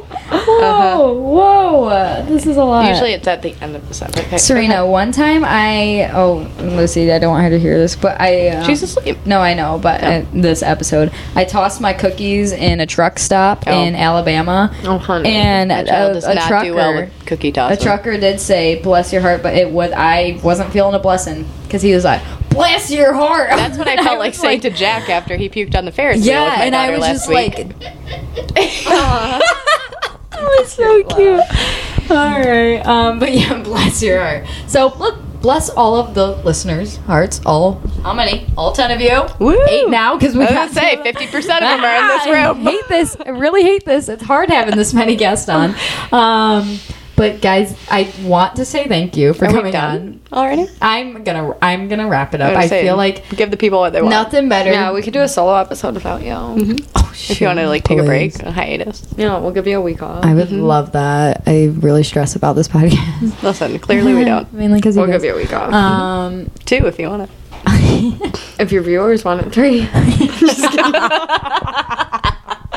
Speaker 1: Uh-huh. Whoa, whoa, this is a lot.
Speaker 3: Usually it's at the end of the summer. Okay.
Speaker 1: Serena, one time I oh Lucy, I don't want her to hear this, but I um,
Speaker 3: She's asleep.
Speaker 1: No, I know, but uh, this episode, I tossed my cookies in a truck stop
Speaker 3: Oh.
Speaker 1: in Alabama,
Speaker 2: Oh, honey.
Speaker 1: and
Speaker 3: My child
Speaker 1: uh, a,
Speaker 3: does
Speaker 1: a
Speaker 3: not
Speaker 1: trucker,
Speaker 3: do well with cookie
Speaker 1: a
Speaker 3: tossing.
Speaker 1: trucker did say, "Bless your heart," but it was I wasn't feeling a blessing because he was like, "Bless your heart."
Speaker 3: That's what I felt like saying to Jack after he puked on the Ferris wheel with
Speaker 1: Yeah,
Speaker 3: my
Speaker 1: and I
Speaker 3: daughter
Speaker 1: was
Speaker 3: last
Speaker 1: just
Speaker 3: week.
Speaker 1: like, was so cute. All right, um, but yeah, bless your heart. So look, bless all of the listeners' hearts. All how many? All ten of you.
Speaker 3: Woo!
Speaker 1: Eight now because we
Speaker 3: I
Speaker 1: got
Speaker 3: was gonna say
Speaker 1: two.
Speaker 3: 50% of them are in this
Speaker 1: Ah,
Speaker 3: room.
Speaker 1: I hate this. I really hate this. It's hard having this many guests on. Um, but guys, I want to say thank you for
Speaker 3: Are we
Speaker 1: coming on.
Speaker 3: done already?
Speaker 1: I'm gonna I'm gonna wrap it
Speaker 3: I
Speaker 1: up.
Speaker 3: was
Speaker 1: I
Speaker 3: saying,
Speaker 1: feel like
Speaker 3: give the people what they want.
Speaker 1: nothing better.
Speaker 2: yeah, we could do a solo episode without you.
Speaker 1: oh,
Speaker 3: if you want to like take a
Speaker 1: please.
Speaker 3: break, a hiatus.
Speaker 2: Yeah, we'll give you a week off.
Speaker 1: I would love that. I really stress about this podcast.
Speaker 3: Listen, clearly we don't.
Speaker 1: Mainly because you
Speaker 2: We'll give
Speaker 1: guys.
Speaker 2: you a week off.
Speaker 1: Um,
Speaker 3: Two if you want to.
Speaker 2: if your viewers want it, three.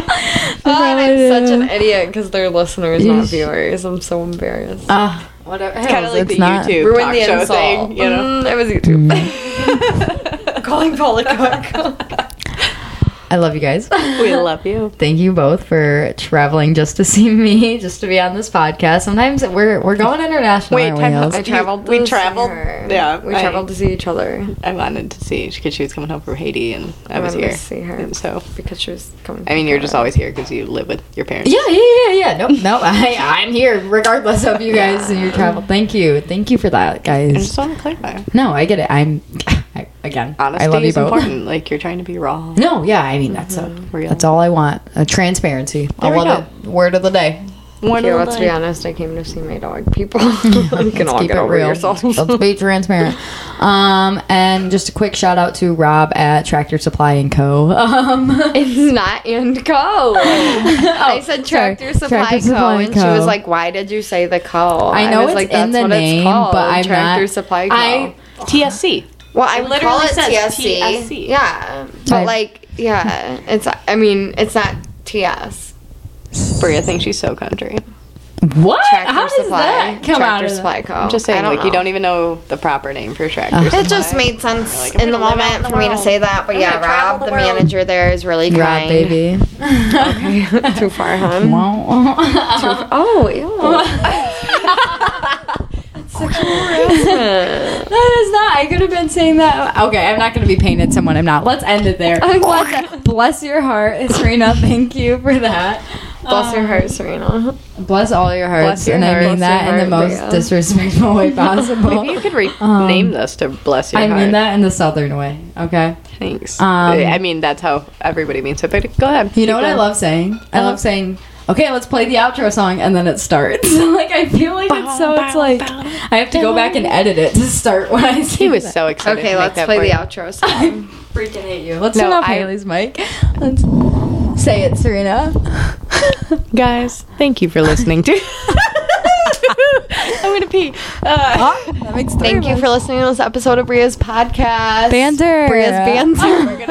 Speaker 2: God, Oh, I'm such an idiot because they're listeners, not viewers. I'm so embarrassed.
Speaker 1: Ah, whatever. It's
Speaker 3: Kind of like the YouTube
Speaker 2: Ruin
Speaker 3: talk
Speaker 2: the
Speaker 3: show
Speaker 2: insult.
Speaker 3: thing, you know.
Speaker 2: Mm, it was YouTube.
Speaker 1: Mm.
Speaker 2: Calling Paula Cook.
Speaker 1: I love you guys.
Speaker 3: We love you.
Speaker 1: Thank you both for traveling just to see me, just to be on this podcast. Sometimes we're we're going international.
Speaker 3: Wait,
Speaker 1: aren't we,
Speaker 3: time-
Speaker 1: Hales?
Speaker 2: I traveled.
Speaker 3: we
Speaker 2: to see
Speaker 3: traveled?
Speaker 2: her.
Speaker 3: Yeah,
Speaker 2: we
Speaker 3: I-
Speaker 2: traveled to see each other
Speaker 3: I wanted to see because she was coming home from Haiti and I, was
Speaker 2: wanted
Speaker 3: here.
Speaker 2: to see her.
Speaker 3: And so
Speaker 2: because she was coming.
Speaker 3: I mean, you're just always here because you live with your parents.
Speaker 1: Yeah, yeah, yeah, yeah. No, no, I, I'm here regardless of you guys and your travel. Thank you, thank you for that,
Speaker 3: I
Speaker 1: guys.
Speaker 3: just want to clarify.
Speaker 1: No, I get it. I'm I, again.
Speaker 3: Honesty
Speaker 1: I love you
Speaker 3: is
Speaker 1: both.
Speaker 3: important. Like you're trying to be raw,
Speaker 2: Mm-hmm.
Speaker 1: No, yeah, I mean that's a,
Speaker 3: real.
Speaker 1: that's all I want. A transparency.
Speaker 3: There
Speaker 1: I
Speaker 3: we
Speaker 1: love it. Word of the day.
Speaker 3: One
Speaker 2: Here,
Speaker 3: of
Speaker 2: let's
Speaker 3: the-
Speaker 2: be honest. I came to see my dog. People, you can all
Speaker 1: Keep
Speaker 2: get
Speaker 1: it
Speaker 2: over
Speaker 1: real.
Speaker 2: yourselves.
Speaker 1: Let's be transparent. Um, and just a quick shout out to Rob at Tractor Supply and Co. Um,
Speaker 2: It's not and co.
Speaker 1: Oh,
Speaker 2: I said
Speaker 1: sorry.
Speaker 2: tractor supply
Speaker 1: Tractor
Speaker 2: co,
Speaker 1: Supply
Speaker 2: and she was
Speaker 1: Co.
Speaker 2: like, "Why did you say the co?"
Speaker 1: I know
Speaker 2: was
Speaker 1: it's
Speaker 2: like,
Speaker 1: in the name, but I'm
Speaker 2: tractor
Speaker 1: not-
Speaker 2: supply co.
Speaker 3: I TSC.
Speaker 2: well, I
Speaker 3: it
Speaker 2: would
Speaker 3: literally
Speaker 2: call it
Speaker 3: says
Speaker 2: TSC.
Speaker 3: TSC.
Speaker 2: Yeah, but
Speaker 1: Right.
Speaker 2: like, yeah, it's. I mean, it's not TS.
Speaker 3: Bria thinks she's so country.
Speaker 1: what?
Speaker 2: Tractor
Speaker 1: How does
Speaker 2: supply.
Speaker 1: that come
Speaker 2: tractor
Speaker 1: out of
Speaker 2: supply co.
Speaker 3: I'm just saying,
Speaker 2: Oh, I
Speaker 3: like you
Speaker 2: know.
Speaker 3: don't even know the proper name for tractor.
Speaker 1: Uh,
Speaker 3: supply.
Speaker 2: It just made sense
Speaker 3: Like, I'm
Speaker 2: in the
Speaker 3: gonna live out in
Speaker 2: moment
Speaker 3: the
Speaker 2: for me to
Speaker 3: world.
Speaker 2: say that, but
Speaker 3: I'm
Speaker 2: yeah,
Speaker 3: gonna travel
Speaker 2: Rob,
Speaker 3: the
Speaker 2: the,
Speaker 3: world.
Speaker 2: manager there, is really
Speaker 1: the- Rob,
Speaker 2: crying.
Speaker 1: baby.
Speaker 2: Too far, huh?
Speaker 1: Wow.
Speaker 2: Oh, ew.
Speaker 1: that is not. I could have been saying that. Okay, I'm not going to be painted someone. I'm not. Let's end it there. bless, bless your heart, Serena. Thank you for that. Um,
Speaker 2: Bless your heart, Serena.
Speaker 1: Bless all your hearts,
Speaker 2: Bless your
Speaker 1: and
Speaker 2: heart.
Speaker 1: I mean
Speaker 2: Bless
Speaker 1: that
Speaker 2: your
Speaker 1: in the
Speaker 2: heart,
Speaker 1: most
Speaker 2: Bria.
Speaker 1: disrespectful way possible.
Speaker 3: Maybe you could rename
Speaker 1: Um,
Speaker 3: this to bless your
Speaker 1: I
Speaker 3: heart.
Speaker 1: mean that in the southern way. Okay.
Speaker 3: Thanks.
Speaker 1: Um,
Speaker 3: I mean that's how everybody means it. But go ahead.
Speaker 1: You know what I love saying? I
Speaker 2: Uh-huh.
Speaker 1: love saying, okay, let's play the outro song, and then it starts. like, I feel like it's so, it's like, I have to go back and edit it to start when I see
Speaker 3: He was so excited. to
Speaker 2: Okay,
Speaker 3: make
Speaker 2: let's
Speaker 3: that
Speaker 2: play the
Speaker 3: point.
Speaker 2: outro song.
Speaker 1: freaking hate you. Let's
Speaker 3: No,
Speaker 1: turn off
Speaker 3: I-
Speaker 1: Haley's mic. Let's say it, Serena.
Speaker 3: Guys, thank you for listening to. I'm gonna pee. Uh,
Speaker 1: that makes three
Speaker 2: Thank
Speaker 1: of
Speaker 2: you
Speaker 1: us.
Speaker 2: for listening to this episode of Bria's podcast.
Speaker 1: Banter.
Speaker 2: Bria's banter.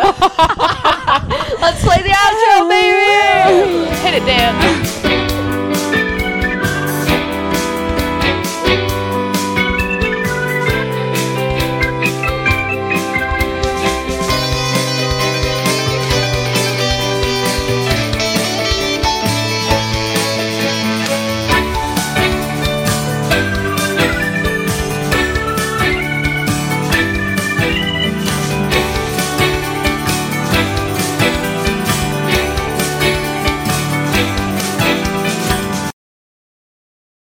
Speaker 2: let's play the outro, baby.
Speaker 3: hit it, Dan.